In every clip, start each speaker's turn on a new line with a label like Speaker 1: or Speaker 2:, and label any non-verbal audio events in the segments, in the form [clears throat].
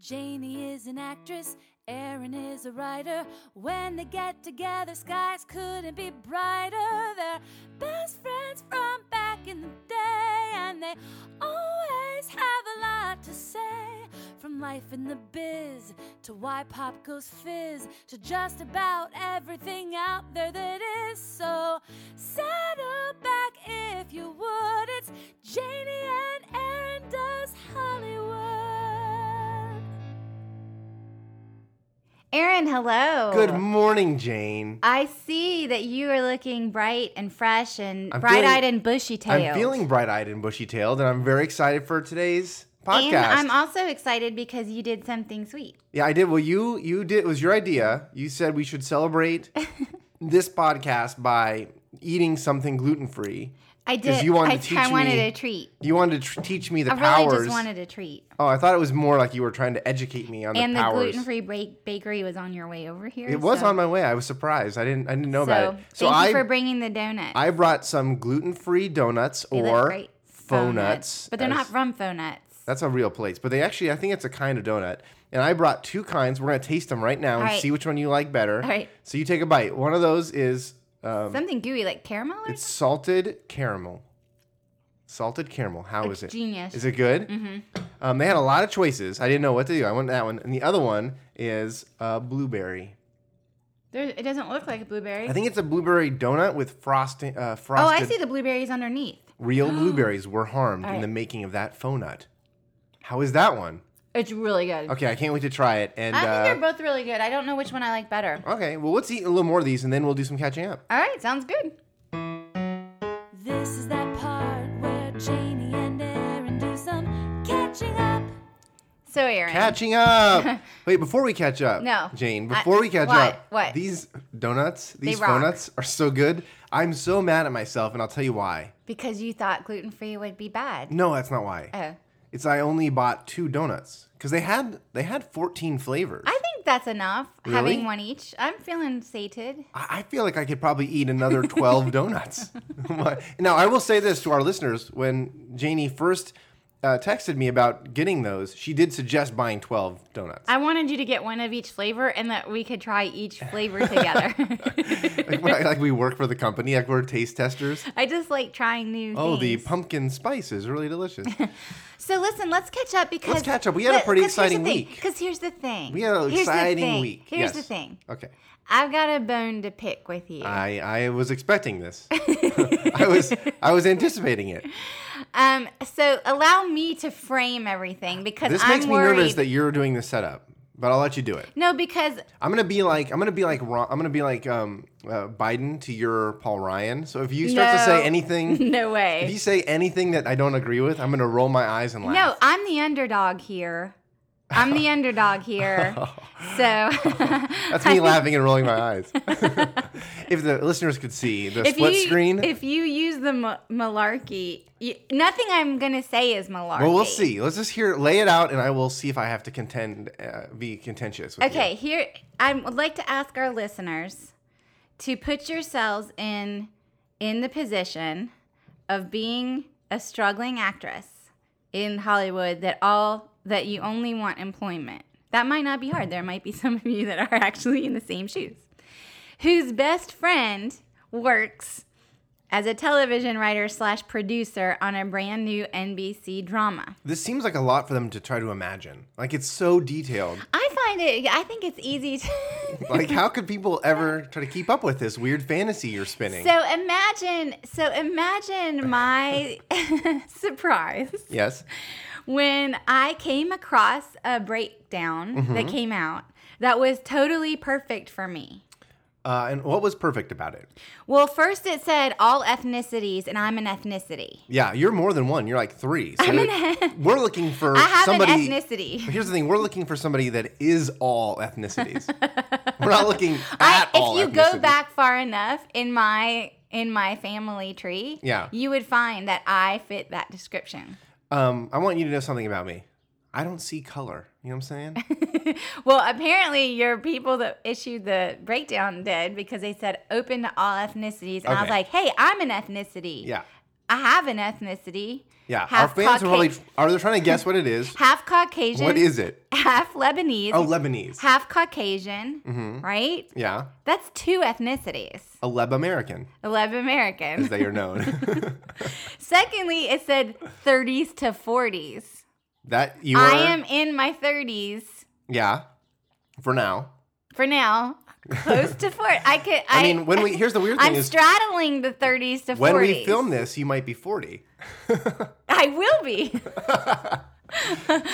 Speaker 1: Janie is an actress, Aaron is a writer. When they get together, skies couldn't be brighter. They're best friends from back in the day, and they always have a lot to say. From life in the biz to why pop goes fizz to just about everything out there that is. So settle back if you would. It's Janie and Aaron Does Hollywood.
Speaker 2: Aaron, hello.
Speaker 3: Good morning, Jane.
Speaker 2: I see that you are looking bright and fresh and
Speaker 3: I'm
Speaker 2: bright eyed
Speaker 3: feeling-
Speaker 2: and bushy tailed.
Speaker 3: I'm feeling bright eyed and bushy tailed, and I'm very excited for today's podcast.
Speaker 2: And I'm also excited because you did something sweet.
Speaker 3: yeah, I did. Well, you you did. It was your idea. You said we should celebrate
Speaker 2: [laughs]
Speaker 3: this podcast by eating something gluten free.
Speaker 2: I did.
Speaker 3: you wanted
Speaker 2: I,
Speaker 3: to teach
Speaker 2: I wanted
Speaker 3: me
Speaker 2: a treat.
Speaker 3: You wanted to tr- teach me the
Speaker 2: I really
Speaker 3: powers.
Speaker 2: just wanted a treat.
Speaker 3: oh, I thought it was more like you were trying to educate me on
Speaker 2: and
Speaker 3: the
Speaker 2: the
Speaker 3: powers.
Speaker 2: gluten free bake- bakery was on your way over here.
Speaker 3: it was
Speaker 2: so-
Speaker 3: on my way. I was surprised. I didn't. I didn't know
Speaker 2: So,
Speaker 3: about it. So
Speaker 2: thank
Speaker 3: I
Speaker 2: you for bringing the donut.
Speaker 3: I brought some gluten free donuts
Speaker 2: They look
Speaker 3: or
Speaker 2: great.
Speaker 3: faux
Speaker 2: Faux
Speaker 3: nuts,
Speaker 2: But they're
Speaker 3: as-
Speaker 2: not from faux nuts.
Speaker 3: That's a real place. But they actually, I think it's a kind of donut. And I brought two kinds. We're going to taste them right now and
Speaker 2: All right.
Speaker 3: see which one you like better.
Speaker 2: All right.
Speaker 3: So you take a bite. One of those is um,
Speaker 2: Something gooey like caramel or
Speaker 3: it's salted caramel. Salted caramel. How is it?
Speaker 2: genius.
Speaker 3: Is it good? Mm-hmm. Um, they had a lot of choices. I didn't know what to do. I went that one. And the other one is uh, blueberry.
Speaker 2: There, it doesn't look like a blueberry.
Speaker 3: I think it's a blueberry donut with frosting. Uh,
Speaker 2: oh,
Speaker 3: frosted
Speaker 2: I see the blueberries underneath. [gasps]
Speaker 3: Real blueberries were harmed in
Speaker 2: right.
Speaker 3: the making of that faux nut. How is that one?
Speaker 2: It's really good.
Speaker 3: Okay, I can't wait to try it. And
Speaker 2: I
Speaker 3: uh,
Speaker 2: think they're both really good. I don't know which one I like better.
Speaker 3: Okay, well, let's eat a little more of these and then we'll do some catching up.
Speaker 2: All right, sounds good.
Speaker 1: This is that part where Janie and Aaron do some catching up.
Speaker 2: So Aaron,
Speaker 3: Catching up!
Speaker 2: [laughs]
Speaker 3: Wait, before we catch up,
Speaker 2: No.
Speaker 3: Jane,
Speaker 2: I-
Speaker 3: before we catch
Speaker 2: what?
Speaker 3: up,
Speaker 2: What?
Speaker 3: these donuts, these
Speaker 2: rock.
Speaker 3: donuts are so good. I'm so mad at myself, and I'll tell you why.
Speaker 2: because you thought gluten free would be bad.
Speaker 3: No, that's not why.
Speaker 2: Oh,
Speaker 3: It's I only bought two donuts because they had they had 14 flavors.
Speaker 2: I think that's enough.
Speaker 3: Really?
Speaker 2: Having one each, I'm feeling sated.
Speaker 3: I I feel like I could probably
Speaker 2: [laughs]
Speaker 3: eat another 12 donuts. [laughs] My- now, I will say this to our listeners when Janie first uh, texted me about getting those, she did suggest buying 12 donuts.
Speaker 2: I wanted you to get one of each flavor and that we could try each flavor
Speaker 3: [laughs]
Speaker 2: together.
Speaker 3: like, when I- like we work for the company, like we're taste testers.
Speaker 2: [laughs] I just like trying new
Speaker 3: Oh, the
Speaker 2: things.
Speaker 3: pumpkin spice is really
Speaker 2: [laughs]
Speaker 3: delicious.
Speaker 2: so listen, let's catch up because
Speaker 3: catch up. We had a pretty exciting week.
Speaker 2: Because here's the thing.
Speaker 3: We had an
Speaker 2: Here's the
Speaker 3: exciting
Speaker 2: thing.
Speaker 3: week.
Speaker 2: Here's
Speaker 3: Yes.
Speaker 2: the thing.
Speaker 3: Okay.
Speaker 2: I've got a bone to pick with you.
Speaker 3: I, I was expecting
Speaker 2: [laughs]
Speaker 3: this. [laughs] I was I was anticipating it.
Speaker 2: Um, so allow me to frame everything because
Speaker 3: This
Speaker 2: I'm
Speaker 3: makes me
Speaker 2: worried.
Speaker 3: nervous that you're doing the setup, but I'll let you do it.
Speaker 2: no, because [laughs]
Speaker 3: I'm gonna be like I'm gonna be like Ron, I'm gonna be like um, uh, Biden to your Paul Ryan. So if you start
Speaker 2: No.
Speaker 3: to
Speaker 2: [laughs]
Speaker 3: say anything,
Speaker 2: no way.
Speaker 3: if you say anything that I don't agree with, I'm gonna roll my eyes and
Speaker 2: no,
Speaker 3: laugh.
Speaker 2: I'm the underdog here. I'm the underdog
Speaker 3: [laughs]
Speaker 2: here. So [laughs]
Speaker 3: That's me laughing and rolling my eyes. [laughs] if the listeners could see the
Speaker 2: if
Speaker 3: split
Speaker 2: you
Speaker 3: screen,
Speaker 2: if you use the ma- malarkey, you, nothing I'm gonna say is malarkey.
Speaker 3: Well, we'll see. Let's just hear, lay it out, and I will see if I have to contend, uh, be contentious. With you.
Speaker 2: Okay, here I would like to ask our listeners to put yourselves in in the position of being a struggling actress in Hollywood that all that you only want employment. That might not be hard. There might be [laughs] some of you that are actually in the same shoes. Whose best friend works as a television writer slash producer on a brand new NBC drama.
Speaker 3: This seems like a lot for them to try to imagine. Like it's so detailed.
Speaker 2: [laughs] I find it. I think it's easy to. [laughs]
Speaker 3: Like how could people ever try to keep up with this weird fantasy you're spinning?
Speaker 2: So imagine, so
Speaker 3: [laughs]
Speaker 2: imagine my [laughs] surprise
Speaker 3: yes.
Speaker 2: when I came across a breakdown
Speaker 3: Mm-hmm.
Speaker 2: that came out that was totally perfect for me.
Speaker 3: Uh, and what was perfect about it?
Speaker 2: Well, first it said all ethnicities, and I'm an ethnicity.
Speaker 3: Yeah, you're more than one. You're like three. So [laughs] we're looking for
Speaker 2: I have
Speaker 3: somebody.
Speaker 2: an ethnicity.
Speaker 3: Here's the thing: we're looking for somebody that is
Speaker 2: [laughs]
Speaker 3: all ethnicities. we're not looking [laughs]
Speaker 2: I,
Speaker 3: at all.
Speaker 2: if you go
Speaker 3: ethnicities.
Speaker 2: back far enough in my in my family tree,
Speaker 3: Yeah.
Speaker 2: you would find that I fit that description.
Speaker 3: um, I want you to know something about me. I don't see color. You know what I'm saying?
Speaker 2: [laughs] Well, apparently your people that issued the breakdown did because they said open to all ethnicities, and I was
Speaker 3: Okay.
Speaker 2: like, "Hey, I'm an ethnicity.
Speaker 3: Yeah.
Speaker 2: I have an ethnicity.
Speaker 3: Yeah, our
Speaker 2: half
Speaker 3: fans
Speaker 2: Cauca-
Speaker 3: are probably are they trying to guess what it is?
Speaker 2: half Caucasian.
Speaker 3: what is it?
Speaker 2: Half Lebanese.
Speaker 3: Oh, Mm-hmm. Lebanese.
Speaker 2: half Caucasian. Right.
Speaker 3: Yeah,
Speaker 2: That's two ethnicities.
Speaker 3: a Leb American,
Speaker 2: Eleven American.
Speaker 3: as they
Speaker 2: [laughs]
Speaker 3: are known. [laughs]
Speaker 2: Secondly, it said 30s to 40s.
Speaker 3: that you are.
Speaker 2: I am in my 30s
Speaker 3: Yeah, for now.
Speaker 2: for now, close to 40. I could. I,
Speaker 3: [laughs] I, mean, when we here's the weird
Speaker 2: [laughs]
Speaker 3: thing
Speaker 2: I'm
Speaker 3: is
Speaker 2: straddling the 30s to 40s.
Speaker 3: when we film this, you might be forty,
Speaker 2: I will be.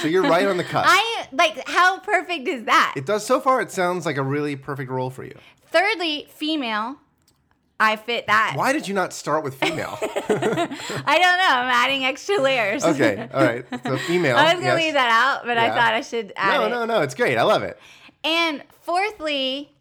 Speaker 3: so you're right on the
Speaker 2: [laughs]
Speaker 3: cusp.
Speaker 2: I like. How perfect is that?
Speaker 3: it does so far. It sounds like a really perfect role for you.
Speaker 2: Thirdly, female. I fit that.
Speaker 3: Why did you not start with female?
Speaker 2: I don't know. I'm adding extra layers.
Speaker 3: okay, all right. So female.
Speaker 2: [laughs] I was gonna
Speaker 3: yes.
Speaker 2: leave that out, but I
Speaker 3: Yeah.
Speaker 2: thought I should add
Speaker 3: No,
Speaker 2: it.
Speaker 3: no, no. It's great. I love it.
Speaker 2: And fourthly,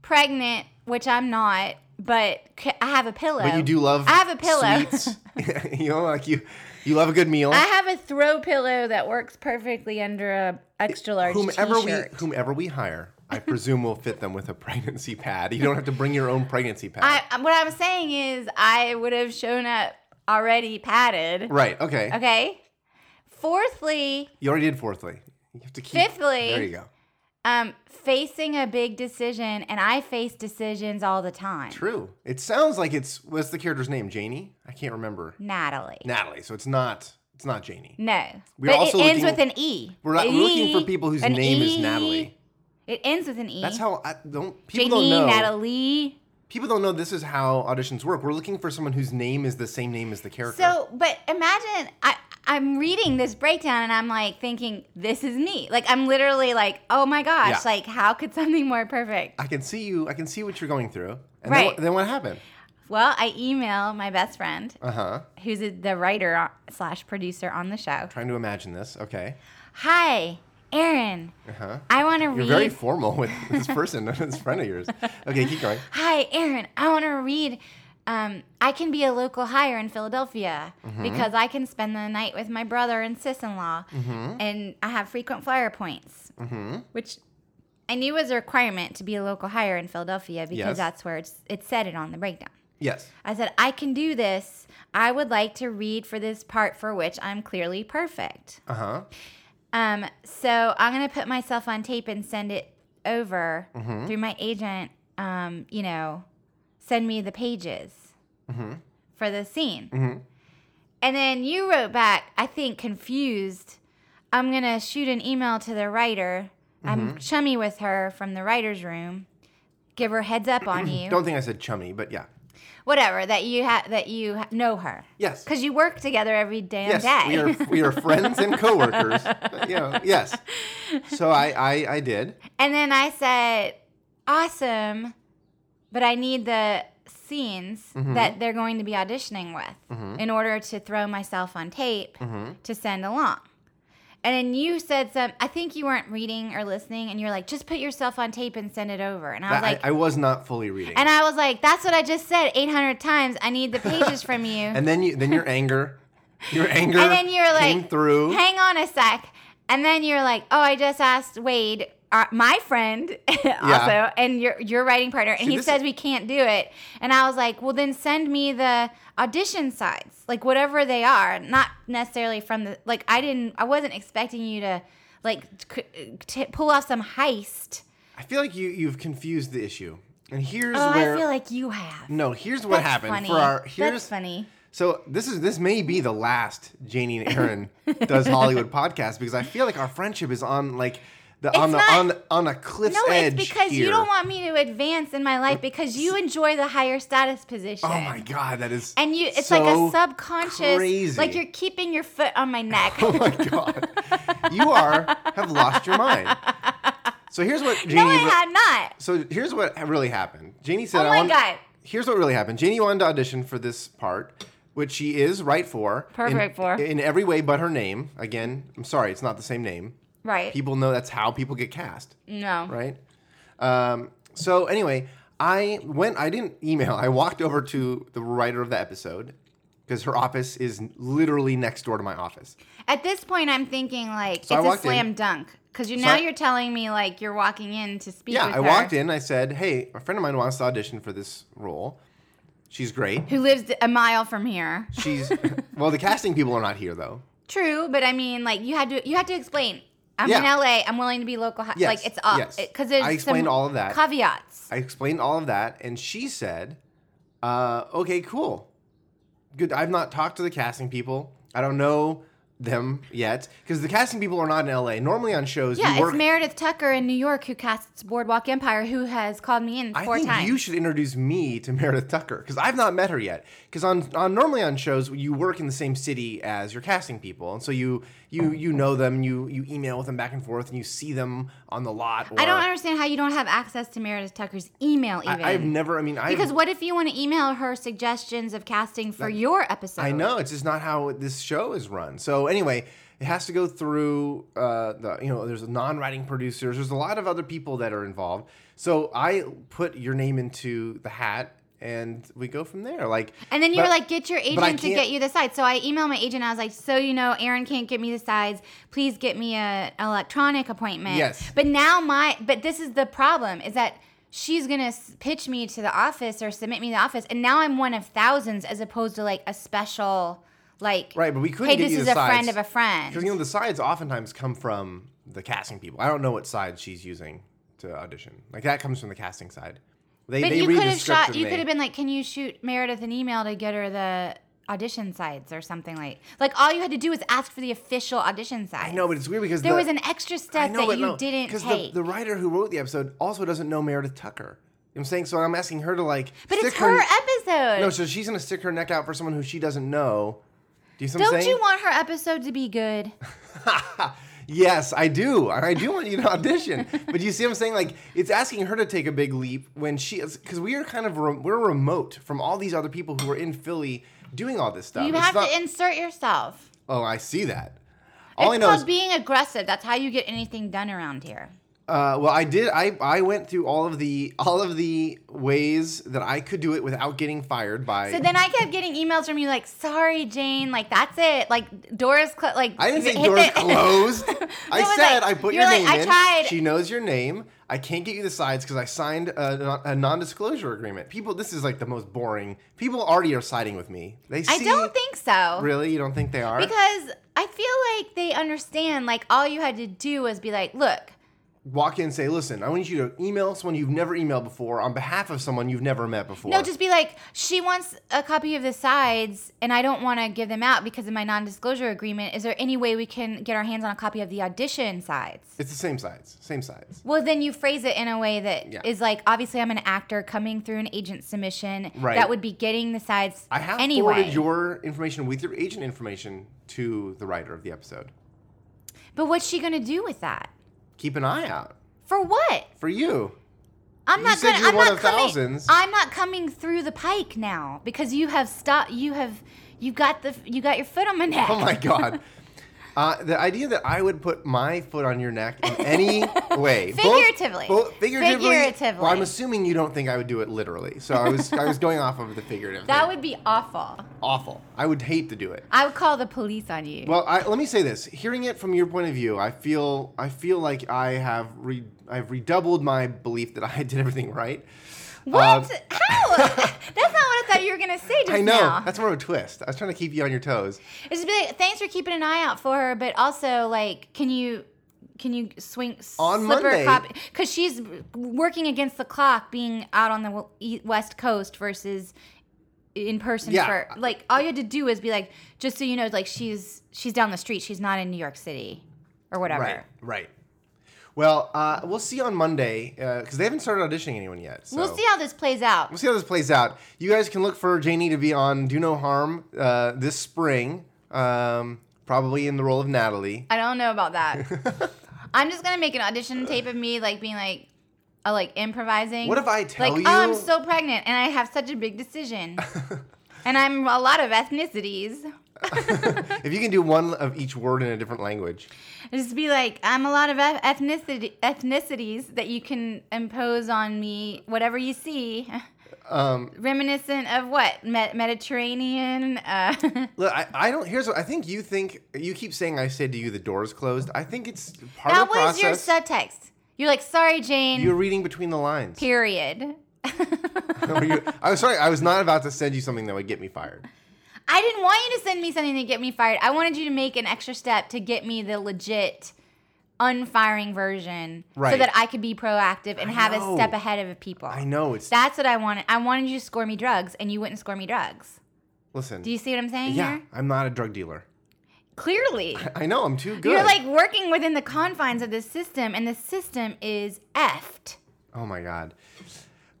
Speaker 2: pregnant, which I'm not, but c- I have a pillow.
Speaker 3: But you do
Speaker 2: Um,
Speaker 3: love.
Speaker 2: I have a pillow.
Speaker 3: Sweets. [laughs] you know, like you, you love a good meal.
Speaker 2: [laughs] I have a throw pillow that works perfectly under a extra large
Speaker 3: whomever
Speaker 2: t-shirt.
Speaker 3: we whomever we hire, I presume we'll fit them with a [laughs] pregnancy pad. You don't have to bring your own pregnancy pad.
Speaker 2: I, what I'm saying is, I would have shown up already padded.
Speaker 3: right. Okay.
Speaker 2: Okay. Fourthly,
Speaker 3: You already did fourthly. You have to keep.
Speaker 2: Fifthly-
Speaker 3: There you go.
Speaker 2: um, facing a big decision, and I face decisions all the time.
Speaker 3: True. It sounds like it's what's the character's name? Janie? I can't remember.
Speaker 2: Natalie.
Speaker 3: Natalie. So it's not. It's not Janie.
Speaker 2: No.
Speaker 3: We're
Speaker 2: but
Speaker 3: also
Speaker 2: it ends
Speaker 3: looking-
Speaker 2: with an E.
Speaker 3: We're not
Speaker 2: An
Speaker 3: we're looking
Speaker 2: E,
Speaker 3: for people whose
Speaker 2: an
Speaker 3: name is
Speaker 2: E.
Speaker 3: Natalie.
Speaker 2: It ends with an E.
Speaker 3: That's how I don't people
Speaker 2: Janie,
Speaker 3: don't know.
Speaker 2: Natalie.
Speaker 3: People don't know this is how auditions work. We're looking for someone whose name is the same name as the character.
Speaker 2: So, but imagine I, I'm reading this breakdown and I'm like thinking, this is me. Like, I'm literally like, oh my gosh,
Speaker 3: Yeah.
Speaker 2: like, how could something more perfect?
Speaker 3: I can see you. I can see what you're going through. And
Speaker 2: Right.
Speaker 3: Then, then what happened?
Speaker 2: Well, I email my best friend,
Speaker 3: Uh huh.
Speaker 2: who's a, the writer on- slash producer on the show.
Speaker 3: Trying to imagine this. Okay.
Speaker 2: Hi, Aaron.
Speaker 3: Uh huh.
Speaker 2: I want to
Speaker 3: You're
Speaker 2: read.
Speaker 3: very formal with [laughs] this person, this friend of yours. Okay, keep going.
Speaker 2: Hi, Aaron. I want to read. Um, I can be a local hire in Philadelphia
Speaker 3: Mm-hmm.
Speaker 2: because I can spend the night with my brother and sis in law,
Speaker 3: Mm-hmm.
Speaker 2: and I have frequent flyer points, which I knew was a requirement to be a local hire in Philadelphia because
Speaker 3: Yes.
Speaker 2: that's where it's, it said it on the breakdown.
Speaker 3: Yes.
Speaker 2: I said, I can do this. I would like to read for this part for which I'm clearly perfect.
Speaker 3: Uh huh.
Speaker 2: Um, so I'm gonna put myself on tape and send it over
Speaker 3: Mm-hmm.
Speaker 2: through my agent. Um, you know, send me the pages
Speaker 3: Mm-hmm.
Speaker 2: for the scene. And then you wrote back, I think confused. I'm gonna shoot an email to the writer.
Speaker 3: Mm-hmm.
Speaker 2: I'm chummy with her from the writer's room. Give her heads up
Speaker 3: [clears throat]
Speaker 2: on you.
Speaker 3: Don't think I said chummy, but yeah.
Speaker 2: Whatever that you ha- that you ha- know her.
Speaker 3: Yes.
Speaker 2: Cause you work together every damn
Speaker 3: Yes,
Speaker 2: day.
Speaker 3: we
Speaker 2: [laughs]
Speaker 3: are we are friends and coworkers. you know, yes. So I, I I did.
Speaker 2: And then I said, awesome, but I need the scenes
Speaker 3: Mm-hmm.
Speaker 2: that they're going to be auditioning with in order to throw myself on tape
Speaker 3: Mm-hmm.
Speaker 2: to send along. And then you said some, I think you weren't reading or listening, and you're like, just put yourself on tape and send it over. And I was
Speaker 3: I,
Speaker 2: like,
Speaker 3: I was not fully reading.
Speaker 2: and I was like, that's what I just said 800 times. I need the pages from you.
Speaker 3: [laughs] And then you then your anger, your anger
Speaker 2: and then you're
Speaker 3: came
Speaker 2: like,
Speaker 3: through.
Speaker 2: hang on a sec. And then you're like, oh, I just asked Wade, uh, my friend, [laughs] also, and your your writing partner, and
Speaker 3: See,
Speaker 2: he
Speaker 3: this
Speaker 2: says
Speaker 3: is-
Speaker 2: we can't do it. And I was like, well, then send me the audition sides, like whatever they are, not necessarily from the like. I didn't, I wasn't expecting you to like c- t- pull off some heist.
Speaker 3: I feel like you you've confused the issue. And here's
Speaker 2: Oh,
Speaker 3: where
Speaker 2: I feel like you have.
Speaker 3: no, here's what
Speaker 2: That's
Speaker 3: happened
Speaker 2: funny.
Speaker 3: for our here's
Speaker 2: That's funny.
Speaker 3: So this is this may be the last Janie
Speaker 2: [laughs]
Speaker 3: and Aaron does Hollywood podcast because I feel like our friendship is on like the on the
Speaker 2: not-
Speaker 3: on on a cliff's
Speaker 2: No,
Speaker 3: edge
Speaker 2: it's because
Speaker 3: here.
Speaker 2: you don't want me to advance in my life because you enjoy the higher status position.
Speaker 3: Oh my god, that is
Speaker 2: And you, it's
Speaker 3: so
Speaker 2: like a subconscious,
Speaker 3: crazy.
Speaker 2: like you're keeping your foot on my neck.
Speaker 3: [laughs] Oh my god, you are have lost your mind. So here's what Janie.
Speaker 2: [laughs] no, I have not.
Speaker 3: So here's what really happened. Janie said,
Speaker 2: Oh
Speaker 3: "I
Speaker 2: my
Speaker 3: want."
Speaker 2: God.
Speaker 3: Here's what really happened. Janie wanted to audition for this part, which she is right for. in-
Speaker 2: Perfect for.
Speaker 3: In every way but her name. Again, I'm sorry, it's not the same name.
Speaker 2: Right.
Speaker 3: People know that's how people get cast,
Speaker 2: no.
Speaker 3: right? Um, so anyway, I went. I didn't email. I walked over to the writer of the episode because her office is literally next door to my office.
Speaker 2: At this point, I'm thinking like
Speaker 3: So I
Speaker 2: it's a
Speaker 3: walked in.
Speaker 2: slam dunk because you
Speaker 3: So
Speaker 2: now
Speaker 3: I-
Speaker 2: you're telling me like you're walking in to speak.
Speaker 3: Yeah,
Speaker 2: with
Speaker 3: I
Speaker 2: her.
Speaker 3: walked in. I said, "Hey, a friend of mine wants to audition for this role. She's great.
Speaker 2: who lives a mile from here.
Speaker 3: She's [laughs] well. The casting people are not here though.
Speaker 2: True, but I mean, like you had to you had to explain. I'm in
Speaker 3: Yeah.
Speaker 2: LA. I'm willing to be local. Hi-
Speaker 3: Yes,
Speaker 2: Like it's all
Speaker 3: yes.
Speaker 2: because there's
Speaker 3: I explained
Speaker 2: some
Speaker 3: all of that.
Speaker 2: caveats.
Speaker 3: I explained all of that, and she said, uh, "Okay, cool, good. I've not talked to the casting people. I don't know them yet because the casting people are not in L.A. Normally on shows,
Speaker 2: Yeah,
Speaker 3: you work.
Speaker 2: it's Meredith Tucker in New York who casts Boardwalk Empire, who has called me in
Speaker 3: I
Speaker 2: four
Speaker 3: think
Speaker 2: times.
Speaker 3: you should introduce me to Meredith Tucker because I've not met her yet. Because on, on normally on shows you work in the same city as your casting people, and so you you you know them, you you email with them back and forth, and you see them on the lot. Or,
Speaker 2: I don't understand how you don't have access to Meredith Tucker's email even.
Speaker 3: I, have never. I mean, I
Speaker 2: because what if you want to email her suggestions of casting for your episode?
Speaker 3: I know it's just not how this show is run. So anyway, it has to go through uh, the you know there's non-writing producers. There's a lot of other people that are involved. So I put your name into the hat, and we go from there. Like
Speaker 2: And then you were
Speaker 3: but-
Speaker 2: like, get your
Speaker 3: I
Speaker 2: agent to
Speaker 3: can't-
Speaker 2: get you the sides. So I emailed my agent. I was like, so you know, Aaron can't get me the sides. Please get me a electronic appointment.
Speaker 3: Yes.
Speaker 2: But now my, but this is the problem is that she's going to pitch me to the office or submit me to the office. And now I'm one of thousands as opposed to like a special, like,
Speaker 3: Right, but we couldn't
Speaker 2: hey,
Speaker 3: get
Speaker 2: this
Speaker 3: you
Speaker 2: is
Speaker 3: the
Speaker 2: a friend of
Speaker 3: sides.
Speaker 2: a friend.
Speaker 3: Because you know the sides oftentimes come from the casting people. I don't know what side she's using to audition. Like that comes from the casting side. They
Speaker 2: but
Speaker 3: they
Speaker 2: you
Speaker 3: read
Speaker 2: could
Speaker 3: the
Speaker 2: have
Speaker 3: script
Speaker 2: shot,
Speaker 3: and
Speaker 2: you
Speaker 3: they-
Speaker 2: could have been like, can you shoot Meredith an email to get her the audition sides or something like, like all you had to do was ask for the official audition sides.
Speaker 3: I know, but it's weird because
Speaker 2: There
Speaker 3: the-
Speaker 2: was an extra step that
Speaker 3: but
Speaker 2: you
Speaker 3: no,
Speaker 2: didn't
Speaker 3: because
Speaker 2: take.
Speaker 3: The, the writer who wrote the episode also doesn't know Meredith Tucker. You know what I'm saying so. I'm asking her to like.
Speaker 2: but
Speaker 3: stick
Speaker 2: it's her
Speaker 3: No,
Speaker 2: episode.
Speaker 3: so she's gonna stick her neck out for someone who she doesn't know. Do you see what I'm
Speaker 2: Don't
Speaker 3: saying?
Speaker 2: you want her episode to be
Speaker 3: [sighs]
Speaker 2: good?
Speaker 3: yes, I do. And I do want you to audition. but you see what I'm saying? Like, it's asking her to take a big leap when she is, because we are kind of, re- we're remote from all these other people who are in Philly doing all this stuff.
Speaker 2: You
Speaker 3: It's
Speaker 2: have
Speaker 3: not-
Speaker 2: to insert yourself.
Speaker 3: oh, I see that. All
Speaker 2: it's
Speaker 3: I know
Speaker 2: called
Speaker 3: is,
Speaker 2: being aggressive. That's how you get anything done around here.
Speaker 3: uh, well, I did, I, I went through all of the, all of the ways that I could do it without getting fired by.
Speaker 2: So then I kept getting emails from you like, "Sorry, Jane. Like that's it. Like doors clo- like
Speaker 3: I didn't
Speaker 2: hit
Speaker 3: say doors
Speaker 2: [laughs] the-
Speaker 3: closed. I
Speaker 2: was
Speaker 3: said
Speaker 2: like-
Speaker 3: I put
Speaker 2: you were
Speaker 3: your
Speaker 2: like,
Speaker 3: name
Speaker 2: I
Speaker 3: in.
Speaker 2: tried.
Speaker 3: She knows your name. I can't get you the sides because I signed a, non- a non-disclosure agreement. People, this is like the most boring. People already are siding with me. They see.
Speaker 2: I don't think so.
Speaker 3: Really, you don't think they are?
Speaker 2: Because I feel like they understand. Like all you had to do was be like, "Look,
Speaker 3: Walk in and say, "Listen, I want you to email someone you've never emailed before on behalf of someone you've never met before."
Speaker 2: No, just be like, she wants a copy of the sides, and I don't want to give them out because of my non-disclosure agreement. Is there any way we can get our hands on a copy of the audition sides?
Speaker 3: it's the same sides. Same sides.
Speaker 2: Well, then you phrase it in a way that is
Speaker 3: Yeah.
Speaker 2: like, obviously, I'm an actor coming through an agent submission
Speaker 3: Right.
Speaker 2: that would be getting the sides.
Speaker 3: I have
Speaker 2: anyway.
Speaker 3: forwarded your information with your agent information to the writer of the episode.
Speaker 2: but what's she gonna do with that?
Speaker 3: Keep an eye out
Speaker 2: For what?
Speaker 3: for you. [laughs]
Speaker 2: I'm not
Speaker 3: said
Speaker 2: gonna.
Speaker 3: you're
Speaker 2: I'm
Speaker 3: one
Speaker 2: not
Speaker 3: of
Speaker 2: coming.
Speaker 3: thousands.
Speaker 2: I'm not coming through the pike now because you have stopped. You have. You got the. You got your foot on my neck.
Speaker 3: Oh
Speaker 2: [laughs]
Speaker 3: my god. Uh, the idea that I would put my foot on your neck in
Speaker 2: [laughs]
Speaker 3: any way, both-
Speaker 2: Figuratively.
Speaker 3: both, figuratively,
Speaker 2: Figuratively.
Speaker 3: Well, I'm assuming you don't think I would do it literally, so I was I was going off of the figurative.
Speaker 2: That
Speaker 3: thing.
Speaker 2: would be awful.
Speaker 3: awful. I would hate to do it.
Speaker 2: I would call the police on you.
Speaker 3: Well, I, let me say this: hearing it from your point of view, I feel I feel like I have re, I've redoubled my belief that I [laughs] did everything right.
Speaker 2: what?
Speaker 3: um,
Speaker 2: How? [laughs] That's not what I thought you were gonna say just
Speaker 3: I know
Speaker 2: now.
Speaker 3: that's more of a twist. I was trying to keep you on your toes.
Speaker 2: It's just be like, thanks for keeping an eye out for her, but also like, can you? Can you swing
Speaker 3: On
Speaker 2: slip her a
Speaker 3: Monday-
Speaker 2: copy? Because she's working against the clock, being out on the w- e- west coast versus in person.
Speaker 3: Yeah.
Speaker 2: For like, all you had to do was be like, just so you know, like she's she's down the street. She's not in New York City or whatever.
Speaker 3: Right, right. Well, uh, we'll see on Monday because they haven't started auditioning anyone yet. So.
Speaker 2: We'll see how this plays out.
Speaker 3: We'll see how this plays out. You guys can look for Janie to be on Do No Harm uh, this spring, um, probably in the role of Natalie. [laughs]
Speaker 2: I don't know about that. I'm just gonna make an audition tape of me like being like, uh, like improvising.
Speaker 3: What if I tell
Speaker 2: like, oh, I'm
Speaker 3: you-
Speaker 2: so pregnant and I have such a big decision,
Speaker 3: [laughs]
Speaker 2: and I'm a lot of ethnicities.
Speaker 3: If you can do one of each word in a different language,
Speaker 2: Just be like, I'm a lot of eth- ethnicity ethnicities that you can impose on me, whatever you see.
Speaker 3: Um.
Speaker 2: Reminiscent of what Me- Mediterranean?
Speaker 3: [laughs]
Speaker 2: Uh,
Speaker 3: look, I, I don't. Here's what I think. You think you keep saying I said to you the door's closed. I think it's part
Speaker 2: that
Speaker 3: of the
Speaker 2: was your
Speaker 3: process.
Speaker 2: subtext. You're like, sorry, Jane.
Speaker 3: You're reading between the lines. [laughs]
Speaker 2: period. [laughs]
Speaker 3: Were you- I was sorry. I was not about to send you something that would get me fired.
Speaker 2: I didn't want you to send me something to get me fired. I wanted you to make an extra step to get me the legit unfiring version so
Speaker 3: Right.
Speaker 2: that I could be proactive and
Speaker 3: I
Speaker 2: have
Speaker 3: know.
Speaker 2: a step ahead of people.
Speaker 3: I know it's.
Speaker 2: That's what I wanted. I wanted you to score me drugs and you wouldn't score me drugs.
Speaker 3: listen.
Speaker 2: Do you see what I'm saying
Speaker 3: yeah,
Speaker 2: here?
Speaker 3: I'm not a drug dealer.
Speaker 2: Clearly.
Speaker 3: [laughs] I know I'm too good.
Speaker 2: You're like working within the confines of this system and the system is effed.
Speaker 3: Oh my god.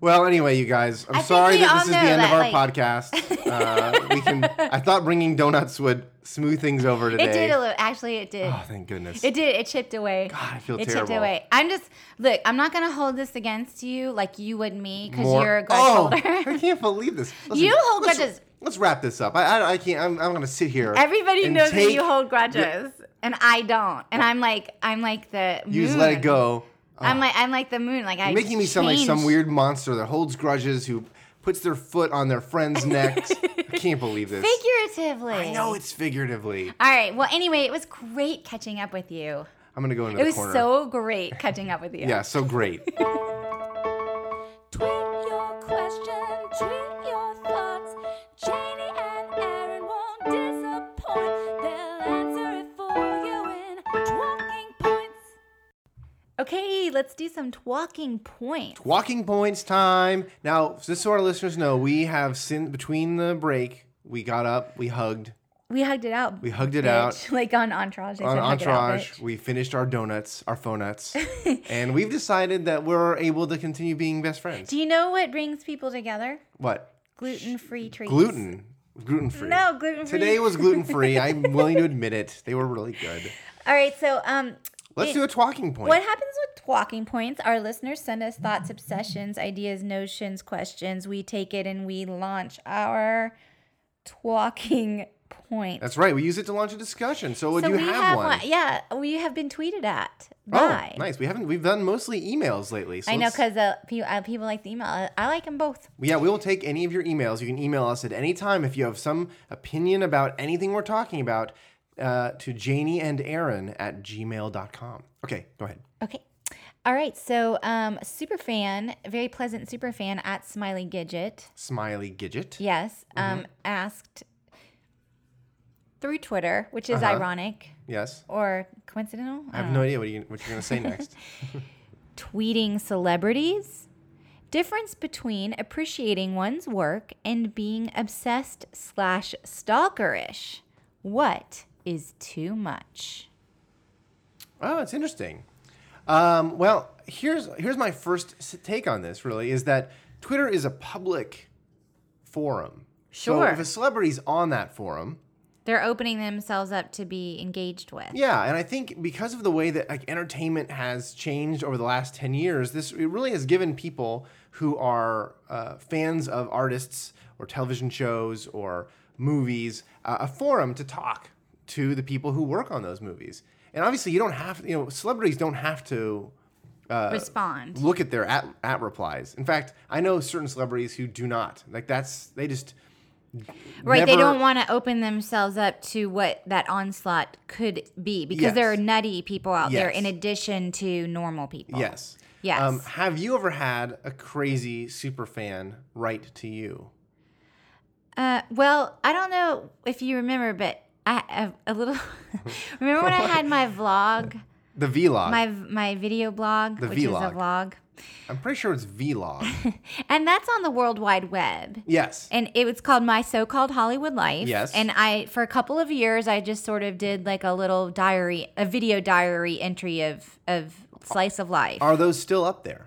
Speaker 3: Well, anyway, you guys, I'm
Speaker 2: think
Speaker 3: sorry
Speaker 2: we
Speaker 3: that
Speaker 2: all
Speaker 3: this is the
Speaker 2: know
Speaker 3: end of
Speaker 2: that,
Speaker 3: our
Speaker 2: like- [laughs]
Speaker 3: podcast. Uh, we can. I thought bringing donuts would smooth things over today.
Speaker 2: It did a little actually it did.
Speaker 3: oh, thank goodness.
Speaker 2: It did. It chipped away.
Speaker 3: God, I feel
Speaker 2: it
Speaker 3: terrible.
Speaker 2: chipped away. I'm just look. I'm not gonna hold this against you like you would me because
Speaker 3: More-
Speaker 2: you're a grudge
Speaker 3: oh,
Speaker 2: [laughs] holder.
Speaker 3: I can't believe this.
Speaker 2: You hold
Speaker 3: let's-
Speaker 2: grudges.
Speaker 3: Let's wrap this up. I, I, I can't. I'm, I'm going to sit here.
Speaker 2: Everybody
Speaker 3: and
Speaker 2: knows that
Speaker 3: take-
Speaker 2: you hold grudges, and I don't. And I'm like, I'm like the. Moon.
Speaker 3: You just let it go.
Speaker 2: I'm like, I'm like the moon. Like I
Speaker 3: You're making me sound like some
Speaker 2: change.
Speaker 3: weird monster that holds grudges who puts their foot on their
Speaker 2: [laughs]
Speaker 3: friend's necks. I can't believe this.
Speaker 2: Figuratively.
Speaker 3: I know it's figuratively.
Speaker 2: All right. Well, anyway, it was great catching up with you.
Speaker 3: I'm going to go into
Speaker 2: It
Speaker 3: the
Speaker 2: was
Speaker 3: corner.
Speaker 2: so great catching up with you.
Speaker 3: yeah,
Speaker 2: [laughs]
Speaker 3: so great.
Speaker 1: Tweet your question, tweet your thoughts. Janie and Aaron won't disappoint. They'll answer it for you in Talking Points.
Speaker 2: Okay, let's do some talking points.
Speaker 3: Walking points time. Now, just so our listeners know, we have sin between the break. We got up, we hugged,
Speaker 2: We hugged it out.
Speaker 3: we hugged it out
Speaker 2: bitch. [laughs] Like on Entourage. They
Speaker 3: on
Speaker 2: said, "Hug it out, bitch."
Speaker 3: Entourage. We finished our donuts, our
Speaker 2: [laughs]
Speaker 3: phone nuts, and we've decided that we're able to continue being best friends.
Speaker 2: Do you know what brings people together?
Speaker 3: What?
Speaker 2: Gluten free treats.
Speaker 3: Gluten, gluten free.
Speaker 2: No, gluten free.
Speaker 3: Today was
Speaker 2: [laughs]
Speaker 3: gluten free. I'm willing to admit it. They were really good.
Speaker 2: All right, so um,
Speaker 3: Let's
Speaker 2: It-
Speaker 3: do a talking point.
Speaker 2: what happens with talking points? Our listeners send us thoughts, obsessions, ideas, notions, questions. We take it and we launch our talking point.
Speaker 3: That's right. We use it to launch a discussion. So, would
Speaker 2: so
Speaker 3: Oh, you
Speaker 2: we
Speaker 3: have, one?
Speaker 2: Yeah, we have been tweeted at. Bye.
Speaker 3: Oh, nice. We haven't. We've done mostly emails lately. So
Speaker 2: I know
Speaker 3: let's-
Speaker 2: because uh, pe- uh, people like the email. I, I like them both.
Speaker 3: Yeah, we will take any of your emails. You can email us at any time if you have some opinion about anything we're talking about uh, to Janie and Aaron at gmail.com. Okay, go ahead.
Speaker 2: Okay. All right. So, um, super fan, very pleasant super fan at Smiley Gidget.
Speaker 3: Smiley Gidget.
Speaker 2: Yes.
Speaker 3: Mm-hmm.
Speaker 2: Um, asked through Twitter, which
Speaker 3: Uh-huh.
Speaker 2: is ironic
Speaker 3: Yes.
Speaker 2: or coincidental. uh,
Speaker 3: I have no idea what, you, what you're going
Speaker 2: [laughs]
Speaker 3: to say next.
Speaker 2: Tweeting celebrities. Difference between appreciating one's work and being obsessed slash stalkerish. What is too much?
Speaker 3: Oh, it's interesting. Um, well, here's here's my first s- take on this. Really, is that Twitter is a public forum. So
Speaker 2: Sure.
Speaker 3: if a celebrity's on that forum,
Speaker 2: They're opening themselves up to be engaged with.
Speaker 3: yeah, and I think because of the way that like entertainment has changed over the last ten years, this it really has given people who are uh, fans of artists or television shows or movies uh, a forum to talk to the people who work on those movies. And obviously, you don't have you know celebrities don't have to
Speaker 2: Respond.
Speaker 3: look at their at, at replies. In fact, I know certain celebrities who do not. Like that's they just
Speaker 2: Right, they
Speaker 3: never-
Speaker 2: don't want to open themselves up to what that onslaught could be because there are
Speaker 3: Yes.
Speaker 2: nutty people out there in
Speaker 3: Yes.
Speaker 2: addition to normal people.
Speaker 3: yes.
Speaker 2: Oh.
Speaker 3: Um,
Speaker 2: Yes.
Speaker 3: have you ever had a crazy super fan write to you?
Speaker 2: Uh, well, I don't know if you remember, but I have a little. [laughs] remember when I had
Speaker 3: [laughs]
Speaker 2: my vlog,
Speaker 3: The vlog.
Speaker 2: my my video blog,
Speaker 3: The
Speaker 2: which is
Speaker 3: vlog.
Speaker 2: a vlog,
Speaker 3: I'm pretty sure it's vlog. [laughs]
Speaker 2: and that's on the World Wide Web.
Speaker 3: yes.
Speaker 2: and it was called my so-called hollywood life
Speaker 3: Yes.
Speaker 2: and i for a couple of years i just sort of did like a little diary a video diary entry of of slice of life
Speaker 3: Are those still up there?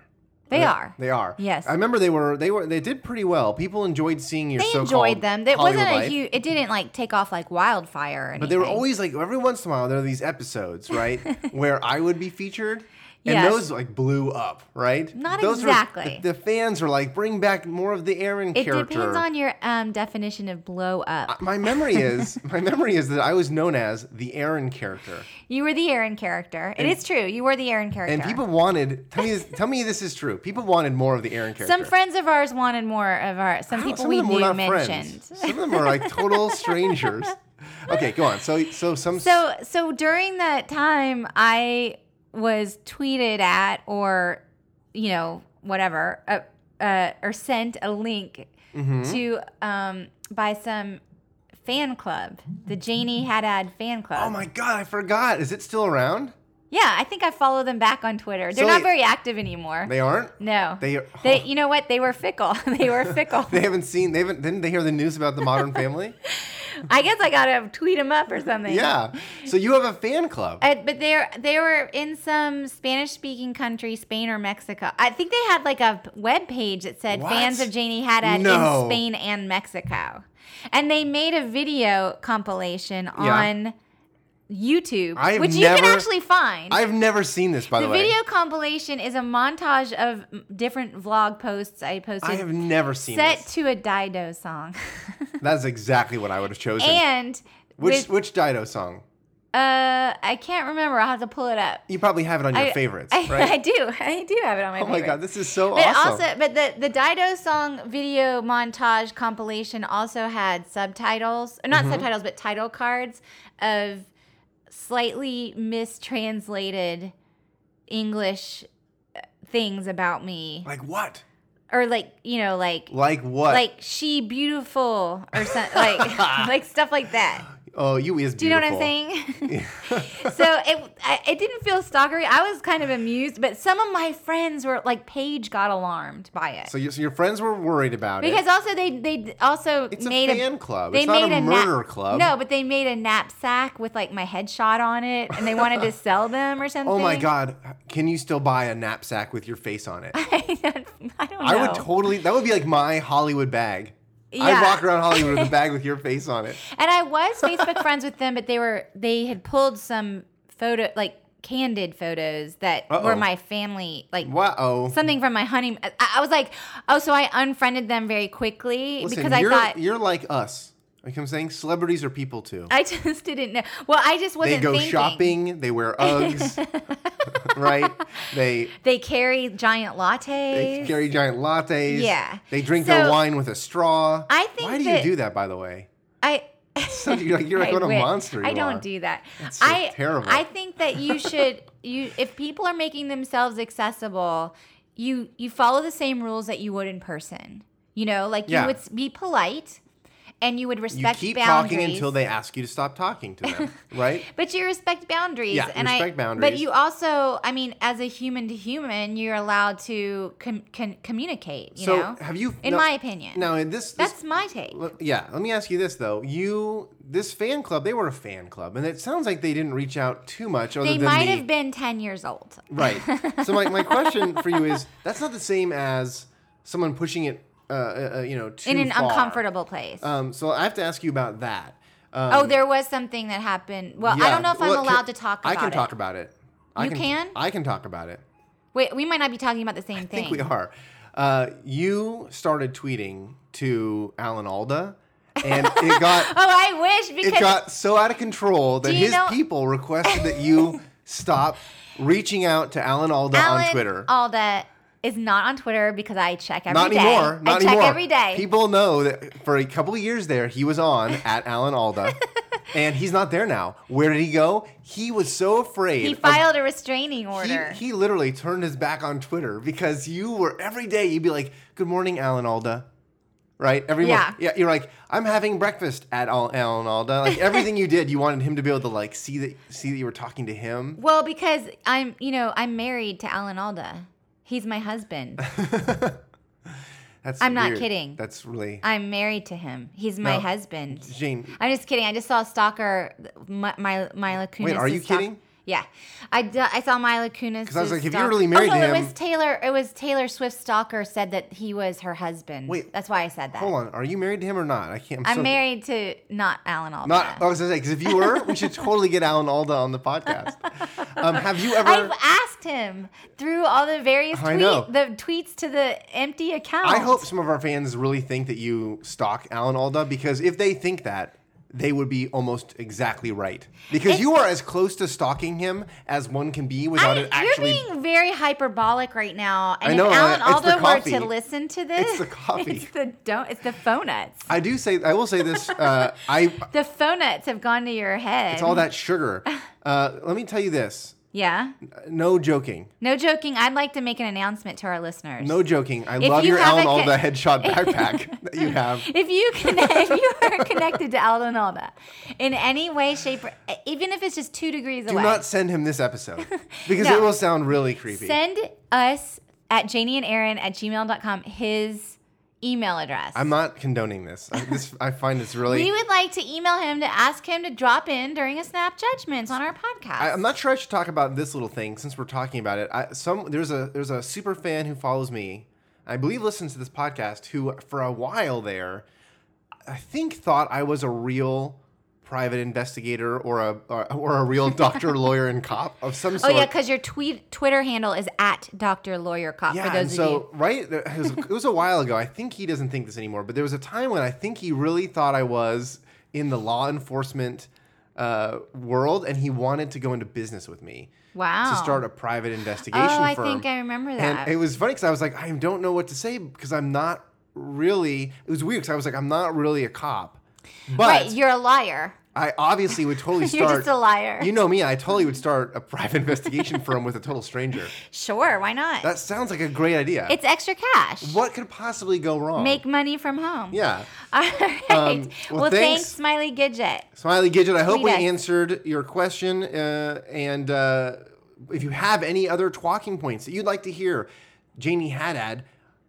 Speaker 2: they are
Speaker 3: They are.
Speaker 2: Yes.
Speaker 3: I remember they were they were they did pretty well. People enjoyed seeing your
Speaker 2: they
Speaker 3: so-called
Speaker 2: enjoyed them it
Speaker 3: Hollywood
Speaker 2: wasn't a
Speaker 3: life.
Speaker 2: huge it didn't like take off like wildfire or anything.
Speaker 3: But they were always like every once in a while there are these episodes,
Speaker 2: [laughs]
Speaker 3: right, where I would be featured. And
Speaker 2: Yes.
Speaker 3: those like blew up, right?
Speaker 2: Not
Speaker 3: Those were- the-
Speaker 2: exactly.
Speaker 3: the, fans were like, "Bring back more of the Aaron
Speaker 2: it
Speaker 3: character."
Speaker 2: depends on your um, definition of blow up
Speaker 3: my
Speaker 2: [laughs]
Speaker 3: memory is my memory is that I was known as the Aaron character,
Speaker 2: you were the aaron character it is true you were the aaron character
Speaker 3: and people wanted tell me this, tell me this is true. People wanted more of the Aaron character.
Speaker 2: some friends of ours wanted more of our some
Speaker 3: I don't-
Speaker 2: people
Speaker 3: some
Speaker 2: we
Speaker 3: of them were
Speaker 2: knew
Speaker 3: not
Speaker 2: mentioned
Speaker 3: Friends. Some of them are like
Speaker 2: [laughs]
Speaker 3: total strangers. Okay, go on. So so some
Speaker 2: So so during that time, I was tweeted at or you know whatever uh,
Speaker 1: uh, or sent a link
Speaker 3: Mm-hmm.
Speaker 1: to um, by some fan club, the Janie Haddad fan club.
Speaker 3: Oh my god, I forgot. Is it still around?
Speaker 1: Yeah, I think I follow them back on Twitter. They're
Speaker 3: So
Speaker 1: not
Speaker 3: they-
Speaker 1: very active anymore.
Speaker 3: They aren't.
Speaker 1: no,
Speaker 3: They are- [laughs]
Speaker 1: They- you know what? They were fickle. [laughs] they were fickle.
Speaker 3: They haven't seen. They haven't. Didn't they hear the news about the Modern
Speaker 2: [laughs]
Speaker 3: Family?
Speaker 1: I guess I gotta tweet them up or something.
Speaker 3: Yeah. So you have a fan club.
Speaker 2: Uh, but they are they were in some Spanish-speaking country, Spain or Mexico. I think they had like a web page that said
Speaker 3: What?
Speaker 2: fans of Janie Haddad
Speaker 3: No.
Speaker 2: in Spain and Mexico, and they made a video compilation
Speaker 3: Yeah.
Speaker 2: on YouTube,
Speaker 3: I've
Speaker 2: which you
Speaker 3: never-
Speaker 2: can actually find.
Speaker 3: I've never seen this, by the,
Speaker 2: the
Speaker 3: way.
Speaker 2: video compilation is a montage of mm, different vlog posts I posted
Speaker 3: I have never seen
Speaker 2: set
Speaker 3: this.
Speaker 2: to a Dido song, [laughs]
Speaker 3: That's exactly what I would have chosen.
Speaker 2: and
Speaker 3: which
Speaker 2: with
Speaker 3: which Dido song?
Speaker 2: uh, I can't remember. I'll have to pull it up.
Speaker 3: You probably have it on your
Speaker 2: I-
Speaker 3: favorites,
Speaker 2: I, [laughs]
Speaker 3: right?
Speaker 2: I do. I do have it on my.
Speaker 3: oh my god,
Speaker 2: favorites.
Speaker 3: this is so
Speaker 2: But
Speaker 3: awesome.
Speaker 2: also, but the the Dido song video montage compilation also had subtitles, or
Speaker 3: Mm-hmm.
Speaker 2: not subtitles, but title cards of slightly mistranslated English uh, things about me,
Speaker 3: like what?
Speaker 2: or like you know, like
Speaker 3: Like what?
Speaker 2: like she beautiful or something, like [laughs]
Speaker 3: [laughs]
Speaker 2: like stuff like that.
Speaker 3: oh, you is beautiful.
Speaker 2: Do you know what I'm saying?
Speaker 3: [laughs]
Speaker 2: so it I, it didn't feel stalkery. I was kind of amused, but some of my friends were like Paige got alarmed by it
Speaker 3: so, you, so your friends were worried about
Speaker 2: because
Speaker 3: it.
Speaker 2: also they they also
Speaker 3: It's a
Speaker 2: made
Speaker 3: fan club.
Speaker 2: They
Speaker 3: It's not
Speaker 2: made
Speaker 3: a
Speaker 2: na-
Speaker 3: murder club.
Speaker 2: No, but they made a knapsack with like my headshot on it, and they wanted
Speaker 3: [laughs]
Speaker 2: to sell them or something.
Speaker 3: Oh my god, can you still buy a knapsack with your face on it?
Speaker 2: [laughs] I don't know.
Speaker 3: I would totally. That would be like my Hollywood bag. I'd
Speaker 2: Yeah.
Speaker 3: walk around Hollywood with a
Speaker 2: [laughs]
Speaker 3: bag with your face on it.
Speaker 2: and I was Facebook
Speaker 3: [laughs]
Speaker 2: friends with them, but they were they had pulled some photo like candid photos that
Speaker 3: Uh-oh.
Speaker 2: were my family like
Speaker 3: Wow. Oh.
Speaker 2: something from my honeymoon. I, I was like, oh, so I unfriended them very quickly
Speaker 3: Listen,
Speaker 2: because I
Speaker 3: you're,
Speaker 2: thought
Speaker 3: you're like us. Like I'm saying, celebrities are people too.
Speaker 2: [laughs] I just didn't know. Well, I just
Speaker 3: They
Speaker 2: wasn't
Speaker 3: go
Speaker 2: thinking.
Speaker 3: shopping. They
Speaker 2: [laughs]
Speaker 3: wear Uggs, [laughs] right? They
Speaker 2: They carry giant lattes.
Speaker 3: they carry giant lattes.
Speaker 2: Yeah.
Speaker 3: They drink their
Speaker 2: So-
Speaker 3: wine with a straw.
Speaker 2: I think
Speaker 3: Why do
Speaker 2: that-
Speaker 3: you do that, by the way? [laughs]
Speaker 2: I.
Speaker 3: So you're like, you're like
Speaker 2: I
Speaker 3: what a
Speaker 2: wish-
Speaker 3: monster. You
Speaker 2: I don't
Speaker 3: are.
Speaker 2: do that.
Speaker 3: so
Speaker 2: I
Speaker 3: terrible.
Speaker 2: I think that you should you if people are making themselves accessible, you you follow the same rules that you would in person. You know, like
Speaker 3: Yeah.
Speaker 2: you would s- be polite, and you would
Speaker 3: You
Speaker 2: respect
Speaker 3: keep
Speaker 2: boundaries.
Speaker 3: talking until they ask you to stop talking to them, right?
Speaker 2: But you respect boundaries.
Speaker 3: Yeah, you
Speaker 2: and I,
Speaker 3: respect boundaries.
Speaker 2: But you also, I mean, as a human to human, you're allowed to com- con- communicate. [laughs] You
Speaker 3: so
Speaker 2: know,
Speaker 3: have you?
Speaker 2: in
Speaker 3: now-
Speaker 2: my opinion,
Speaker 3: Now in this, this
Speaker 2: that's my take.
Speaker 3: Let- yeah let me ask you this though you this fan club they were a fan club and it sounds like they didn't reach out too much other
Speaker 2: They
Speaker 3: than
Speaker 2: might
Speaker 3: the-
Speaker 2: have been ten years old.
Speaker 3: [laughs] right so my, my question for you
Speaker 2: [laughs]
Speaker 3: is that's not the same as someone pushing it uh, uh, uh, you know too
Speaker 2: in an
Speaker 3: far.
Speaker 2: uncomfortable place.
Speaker 3: um, so i have to ask you about that um,
Speaker 2: oh, there was something that happened. Well, I
Speaker 3: yeah,
Speaker 2: don't know if I'm
Speaker 3: well, can-
Speaker 2: allowed to talk about
Speaker 3: i can
Speaker 2: it.
Speaker 3: talk about it I
Speaker 2: You can?
Speaker 3: i can talk about it
Speaker 2: Wait, we might not be talking about the same thing.
Speaker 3: I think we are. Uh, you started tweeting to Alan Alda, and it
Speaker 2: [laughs]
Speaker 3: got
Speaker 2: Oh, I wish
Speaker 3: it
Speaker 2: because
Speaker 3: got so out of control that
Speaker 2: Do you
Speaker 3: his
Speaker 2: know-
Speaker 3: people requested that
Speaker 2: [laughs]
Speaker 3: you stop reaching out to Alan Alda
Speaker 2: Alan
Speaker 3: on Twitter.
Speaker 2: Alda is not on Twitter because I check every day.
Speaker 3: not anymore. Not
Speaker 2: I check
Speaker 3: anymore.
Speaker 2: every day.
Speaker 3: People know that for a couple of years there, he was on at Alan
Speaker 2: [laughs]
Speaker 3: Alda, and he's not there now. Where did he go? He was so afraid.
Speaker 2: he
Speaker 3: of-
Speaker 2: filed a restraining
Speaker 3: he,
Speaker 2: order.
Speaker 3: he literally turned his back on Twitter because you were every day you'd be like, "Good morning, Alan Alda," right? Every
Speaker 2: Yeah.
Speaker 3: morning, yeah. You're like, "I'm having breakfast at Al- Alan Alda."
Speaker 2: [laughs]
Speaker 3: Like everything you did, you wanted him to be able to like see that see that you were talking to him.
Speaker 2: Well, because I'm, you know, I'm married to Alan Alda. He's my
Speaker 3: [laughs]
Speaker 2: husband.
Speaker 3: That's
Speaker 2: I'm not
Speaker 3: weird.
Speaker 2: kidding.
Speaker 3: That's really
Speaker 2: I'm married to him. He's my
Speaker 3: No.
Speaker 2: husband.
Speaker 3: Jane.
Speaker 2: I'm just kidding. I just saw Stalker, my, my Mila Kunis.
Speaker 3: Wait, are you
Speaker 2: stalk-
Speaker 3: kidding?
Speaker 2: Yeah, I, d- I saw Mila Kunis.
Speaker 3: 'Cause I was like, if you're really married
Speaker 2: oh, no,
Speaker 3: to
Speaker 2: it
Speaker 3: him-
Speaker 2: was Taylor. It was Taylor Swift. Stalker said that he was her husband.
Speaker 3: Wait,
Speaker 2: that's why I said that.
Speaker 3: Hold on, are you married to him or not? I can't.
Speaker 2: I'm
Speaker 3: so-
Speaker 2: married to not Alan Alda.
Speaker 3: Not. uh, I was gonna say because if you were, we should totally get Alan Alda on
Speaker 2: [laughs]
Speaker 3: the podcast. Um, have you ever?
Speaker 2: I've asked him through all the various
Speaker 3: I
Speaker 2: tweet,
Speaker 3: know.
Speaker 2: the tweets to the empty account.
Speaker 3: I hope some of our fans really think that you stalk Alan Alda because if they think that, they would be almost exactly right. Because you are as close to stalking him as one can be without it
Speaker 2: I-
Speaker 3: actually.
Speaker 2: You're being very hyperbolic right now. And
Speaker 3: I know,
Speaker 2: if Alan
Speaker 3: I- it's the
Speaker 2: Aldo were
Speaker 3: coffee.
Speaker 2: to listen to this, [laughs]
Speaker 3: It's the coffee.
Speaker 2: It's the don't. It's the phonuts.
Speaker 3: I do say, I will say this. Uh, I
Speaker 2: The phonuts have gone to your head. [laughs]
Speaker 3: it's all that sugar. Uh, let me tell you this.
Speaker 2: Yeah.
Speaker 3: No joking.
Speaker 2: No joking. I'd like to make an announcement to our listeners.
Speaker 3: No joking. I
Speaker 2: If
Speaker 3: love
Speaker 2: you
Speaker 3: your
Speaker 2: have
Speaker 3: Alan
Speaker 2: a ca-
Speaker 3: Alda headshot backpack that you have.
Speaker 2: [laughs] If you connect, if you are connected to Alden Alda in any way, shape, or, even if it's just two degrees
Speaker 3: Do
Speaker 2: away,
Speaker 3: not send him this episode because
Speaker 2: [laughs] No.
Speaker 3: it will sound really creepy.
Speaker 2: send us at Janie and Aaron at gmail.com his email address.
Speaker 3: I'm not condoning this. I, this I find this really.
Speaker 2: we would like to email him to ask him to drop in during a snap judgments on our podcast.
Speaker 3: I, I'm not sure I should talk about this little thing since we're talking about it. I, some there's a there's a super fan who follows me, I believe listens to this podcast. Who for a while there, I think thought I was a real private investigator or a or, or a
Speaker 2: [laughs]
Speaker 3: real doctor, lawyer, and cop of some
Speaker 2: oh
Speaker 3: sort.
Speaker 2: yeah, because your tweet Twitter handle is at Dr. Lawyer Cop
Speaker 3: Yeah,
Speaker 2: for
Speaker 3: and
Speaker 2: those of you.
Speaker 3: so right, there- it was, it was a while ago. I think he doesn't think this anymore, but there was a time when I think he really thought I was in the law enforcement uh, world, and he wanted to go into business with me
Speaker 2: Wow.
Speaker 3: to start a private investigation.
Speaker 2: oh, I
Speaker 3: firm.
Speaker 2: think I remember that.
Speaker 3: And it was funny because I was like, I don't know what to say because I'm not really. It was weird because I was like, I'm not really a cop, but
Speaker 2: right, you're a liar. [laughs]
Speaker 3: I obviously would totally
Speaker 2: You're
Speaker 3: start.
Speaker 2: just a liar.
Speaker 3: You know me. I totally would start a private [laughs] investigation firm with a total stranger.
Speaker 2: Sure, why not?
Speaker 3: That sounds like a great idea.
Speaker 2: it's extra cash.
Speaker 3: What could possibly go wrong?
Speaker 2: Make money from home. [laughs]
Speaker 3: yeah.
Speaker 2: All right.
Speaker 3: Um,
Speaker 2: well,
Speaker 3: well,
Speaker 2: thanks.
Speaker 3: thanks.
Speaker 2: Smiley Gidget.
Speaker 3: Smiley Gidget, I hope
Speaker 2: Tweet
Speaker 3: we
Speaker 2: us.
Speaker 3: answered your question. Uh, and uh, if you have any other talking points that you'd like to hear Janie Haddad,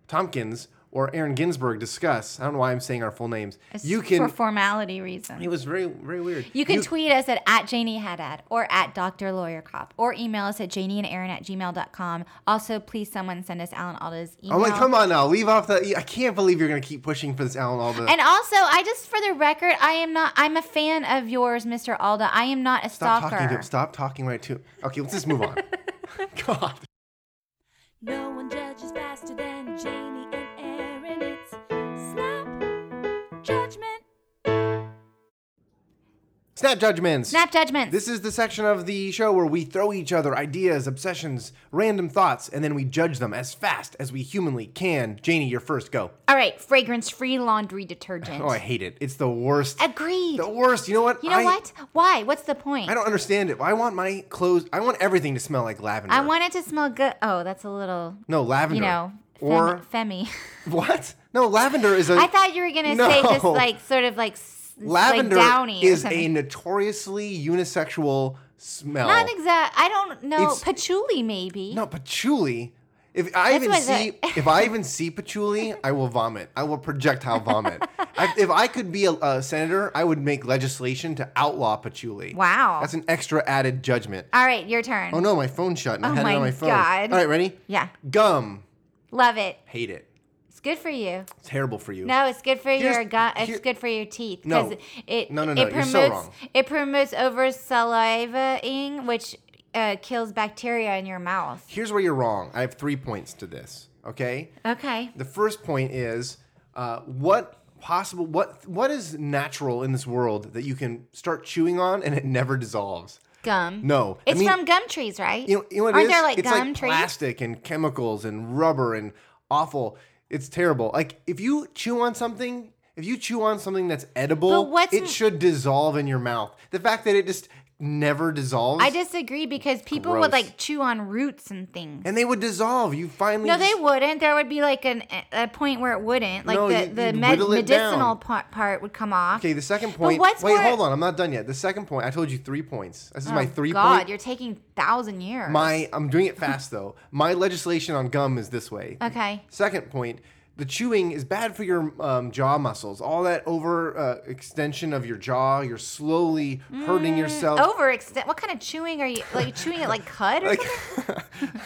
Speaker 3: Tompkins, or Aaron Ginsburg discuss, I don't know why I'm saying our full names. you
Speaker 2: for
Speaker 3: can.
Speaker 2: formality reasons.
Speaker 3: [laughs] it was very, very weird.
Speaker 2: You can tweet us at, at Janie Haddad or at Dr. Lawyer Cop or email us at Janie and Aaron at gmail.com. Also, please someone send us Alan Alda's email.
Speaker 3: I'm like, Oh, come on now, leave off the. I can't believe you're going to keep pushing for this Alan Alda.
Speaker 2: And also, I just for the record, I am not I'm a fan of yours, Mr. Alda. I am not a
Speaker 3: stop
Speaker 2: stalker.
Speaker 3: talking to Stop talking right to. Okay, let's just
Speaker 2: [laughs]
Speaker 3: move on. God.
Speaker 1: No one judges faster than Janie and Aaron. It's Snap Judgment.
Speaker 3: Snap judgments.
Speaker 2: Snap judgments.
Speaker 3: This is the section of the show where we throw each other ideas, obsessions, random thoughts, and then we judge them as fast as we humanly can. Janie, you're first. Go.
Speaker 2: All right, fragrance free laundry detergent.
Speaker 3: Oh, I hate it. It's the worst.
Speaker 2: Agreed.
Speaker 3: The worst. You know what?
Speaker 2: You know
Speaker 3: I,
Speaker 2: what? Why? What's the point?
Speaker 3: I don't understand it. I want my clothes. I want everything to smell like lavender.
Speaker 2: I want it to smell good. Oh, that's a little,
Speaker 3: no lavender.
Speaker 2: you know, fem-
Speaker 3: or
Speaker 2: femmy.
Speaker 3: what? No lavender is
Speaker 2: [laughs]
Speaker 3: a.
Speaker 2: I thought you were gonna say just
Speaker 3: No.
Speaker 2: like sort of like s-
Speaker 3: lavender
Speaker 2: like downy or
Speaker 3: is a
Speaker 2: something.
Speaker 3: notoriously unisexual smell.
Speaker 2: not exact. I don't know
Speaker 3: Oh. It's-
Speaker 2: patchouli maybe.
Speaker 3: No, patchouli. If I
Speaker 2: That's
Speaker 3: even
Speaker 2: what I
Speaker 3: see if I even see patchouli, I will vomit. I will projectile vomit.
Speaker 2: [laughs]
Speaker 3: I, if I could be a, a senator, I would make legislation to outlaw patchouli.
Speaker 2: Wow.
Speaker 3: that's an extra added judgment.
Speaker 2: All right, your turn.
Speaker 3: Oh no, my phone shut. And
Speaker 2: Oh
Speaker 3: I had
Speaker 2: my
Speaker 3: it on my phone.
Speaker 2: God.
Speaker 3: All right, ready?
Speaker 2: Yeah,
Speaker 3: Gum.
Speaker 2: love it.
Speaker 3: Hate it.
Speaker 2: It's good for you.
Speaker 3: It's terrible for you.
Speaker 2: No, it's good for your
Speaker 3: Here's-
Speaker 2: gut. It's
Speaker 3: here-
Speaker 2: good for your teeth
Speaker 3: No.
Speaker 2: it
Speaker 3: No, no,
Speaker 2: it
Speaker 3: no, you're
Speaker 2: promotes
Speaker 3: so wrong.
Speaker 2: it promotes over salivaing, which uh, kills bacteria in your mouth.
Speaker 3: Here's where you're wrong. I have three points to this. Okay.
Speaker 2: Okay.
Speaker 3: The first point is uh, what possible what what is natural in this world that you can start chewing on and it never dissolves.
Speaker 2: Gum.
Speaker 3: No, I
Speaker 2: It's
Speaker 3: mean-
Speaker 2: from gum trees, right?
Speaker 3: You know, you know what
Speaker 2: Aren't
Speaker 3: it is?
Speaker 2: there like
Speaker 3: it's
Speaker 2: gum
Speaker 3: like
Speaker 2: trees?
Speaker 3: plastic and chemicals and rubber and awful. It's terrible. Like if you chew on something, if you chew on something that's edible,
Speaker 2: But what's
Speaker 3: it
Speaker 2: m-
Speaker 3: should dissolve in your mouth. The fact that it just never dissolves,
Speaker 2: I disagree because people would
Speaker 3: Gross.
Speaker 2: like chew on roots and things.
Speaker 3: and they would dissolve. You finally
Speaker 2: No, they
Speaker 3: just-
Speaker 2: wouldn't. There would be like an, a point where it wouldn't. Like
Speaker 3: No,
Speaker 2: the,
Speaker 3: you-
Speaker 2: the
Speaker 3: you'd
Speaker 2: med-
Speaker 3: whittle it
Speaker 2: medicinal
Speaker 3: down.
Speaker 2: part, part would come off.
Speaker 3: [laughs] Okay, the second point.
Speaker 2: what's
Speaker 3: wait,
Speaker 2: more-
Speaker 3: hold on. I'm not done yet. The second point. I told you three points. This is my
Speaker 2: Oh,
Speaker 3: three
Speaker 2: God,
Speaker 3: point.
Speaker 2: you're taking thousand years.
Speaker 3: My I'm doing it fast though. My legislation on gum is this way.
Speaker 2: Okay.
Speaker 3: Second point, the chewing is bad for your um, jaw muscles. All that over uh, extension of your jaw, you're slowly
Speaker 2: Mm,
Speaker 3: hurting yourself.
Speaker 2: oh. Overextend. What kind of chewing are you like chewing it like cud? Or
Speaker 3: Like,
Speaker 2: something?
Speaker 3: [laughs]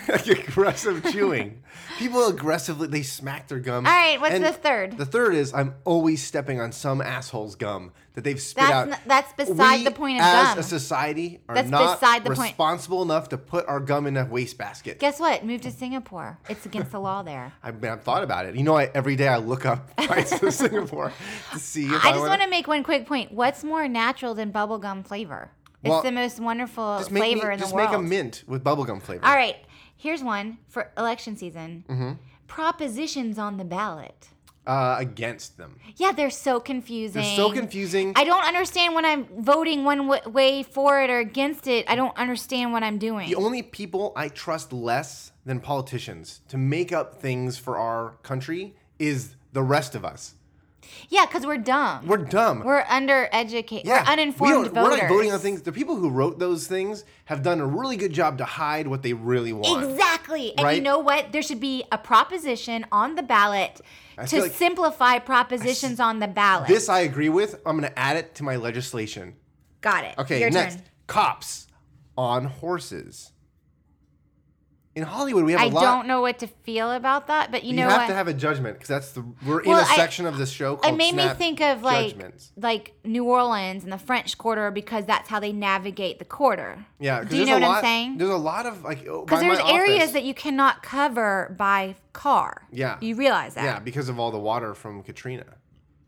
Speaker 3: like aggressive chewing. People aggressively they smack their gum.
Speaker 2: All right, what's the third?
Speaker 3: The third is I'm always stepping on some asshole's gum that they've spit
Speaker 2: That's
Speaker 3: out.
Speaker 2: n- that's beside
Speaker 3: We,
Speaker 2: the point of
Speaker 3: as
Speaker 2: gum.
Speaker 3: a society are
Speaker 2: That's
Speaker 3: not
Speaker 2: beside the point.
Speaker 3: responsible enough to put our gum in a wastebasket.
Speaker 2: Guess what? Move to Singapore. It's against the law
Speaker 3: [laughs]
Speaker 2: there.
Speaker 3: I mean, I've thought about it. You know, I, every day I look up [laughs] prices of Singapore to see if I,
Speaker 2: I just
Speaker 3: wanna-
Speaker 2: want to make one quick point. What's more natural than bubblegum flavor? It's
Speaker 3: Well,
Speaker 2: the most wonderful
Speaker 3: just make me-
Speaker 2: flavor in
Speaker 3: just
Speaker 2: the world.
Speaker 3: make a mint with bubblegum flavor.
Speaker 2: All
Speaker 3: Mm-hmm.
Speaker 2: right, here's one for election season. Propositions on the ballot.
Speaker 3: uh, against them.
Speaker 2: Yeah, they're so confusing.
Speaker 3: They're so confusing.
Speaker 2: I don't understand when I'm voting one w- way for it or against it. I don't understand what I'm doing.
Speaker 3: the only people I trust less than politicians to make up things for our country is the rest of us.
Speaker 2: yeah, because we're dumb.
Speaker 3: We're dumb.
Speaker 2: We're undereducated.
Speaker 3: Yeah.
Speaker 2: We're uninformed
Speaker 3: we don't-
Speaker 2: voters.
Speaker 3: We're not voting on things. The people who wrote those things have done a really good job to hide what they really want.
Speaker 2: Exactly. And you
Speaker 3: Right?
Speaker 2: know what? There should be a proposition on the ballot to
Speaker 3: feel like-
Speaker 2: simplify propositions on the ballot.
Speaker 3: This I agree with. I'm going to add it to my legislation.
Speaker 2: Got it.
Speaker 3: Okay,
Speaker 2: Your
Speaker 3: next.
Speaker 2: turn.
Speaker 3: Cops on horses. In Hollywood, we have a
Speaker 2: I
Speaker 3: lot.
Speaker 2: don't know what to feel about that, but you,
Speaker 3: You
Speaker 2: know
Speaker 3: have
Speaker 2: what?
Speaker 3: to have a judgment because that's the we're
Speaker 2: Well,
Speaker 3: in a
Speaker 2: I-
Speaker 3: section of this show called.
Speaker 2: it made me
Speaker 3: Snap
Speaker 2: think of like
Speaker 3: judgments.
Speaker 2: like New Orleans and the French Quarter because that's how they navigate the quarter.
Speaker 3: Yeah, 'cause
Speaker 2: do you
Speaker 3: there's
Speaker 2: know
Speaker 3: a
Speaker 2: what
Speaker 3: lot,
Speaker 2: I'm saying?
Speaker 3: There's a lot of like oh,
Speaker 2: Because there's areas that you cannot cover by car.
Speaker 3: Yeah.
Speaker 2: you realize that.
Speaker 3: yeah because of all the water from Katrina.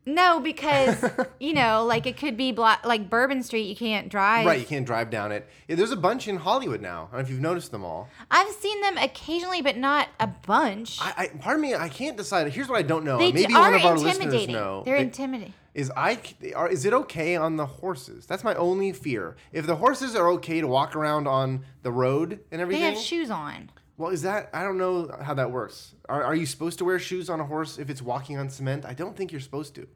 Speaker 2: No,
Speaker 3: [laughs]
Speaker 2: because you know, like it could be blo- like Bourbon Street. You can't drive.
Speaker 3: Right, you can't drive down it. Yeah, there's a bunch in Hollywood now. I don't know if you've noticed them all.
Speaker 2: I've seen them occasionally, but not a bunch.
Speaker 3: I, I pardon me, I can't decide. Here's what I don't know.
Speaker 2: they
Speaker 3: and Maybe
Speaker 2: are
Speaker 3: one of our listeners
Speaker 2: intimidating.
Speaker 3: know.
Speaker 2: They're
Speaker 3: They-
Speaker 2: intimidating.
Speaker 3: Is I c- are is it okay on the horses? That's my only fear. If the horses are okay to walk around on the road and
Speaker 2: They
Speaker 3: everything,
Speaker 2: have shoes on.
Speaker 3: well, is that I don't know how that works. Are, are you supposed to wear shoes on a horse if it's walking on cement? I don't think you're supposed to.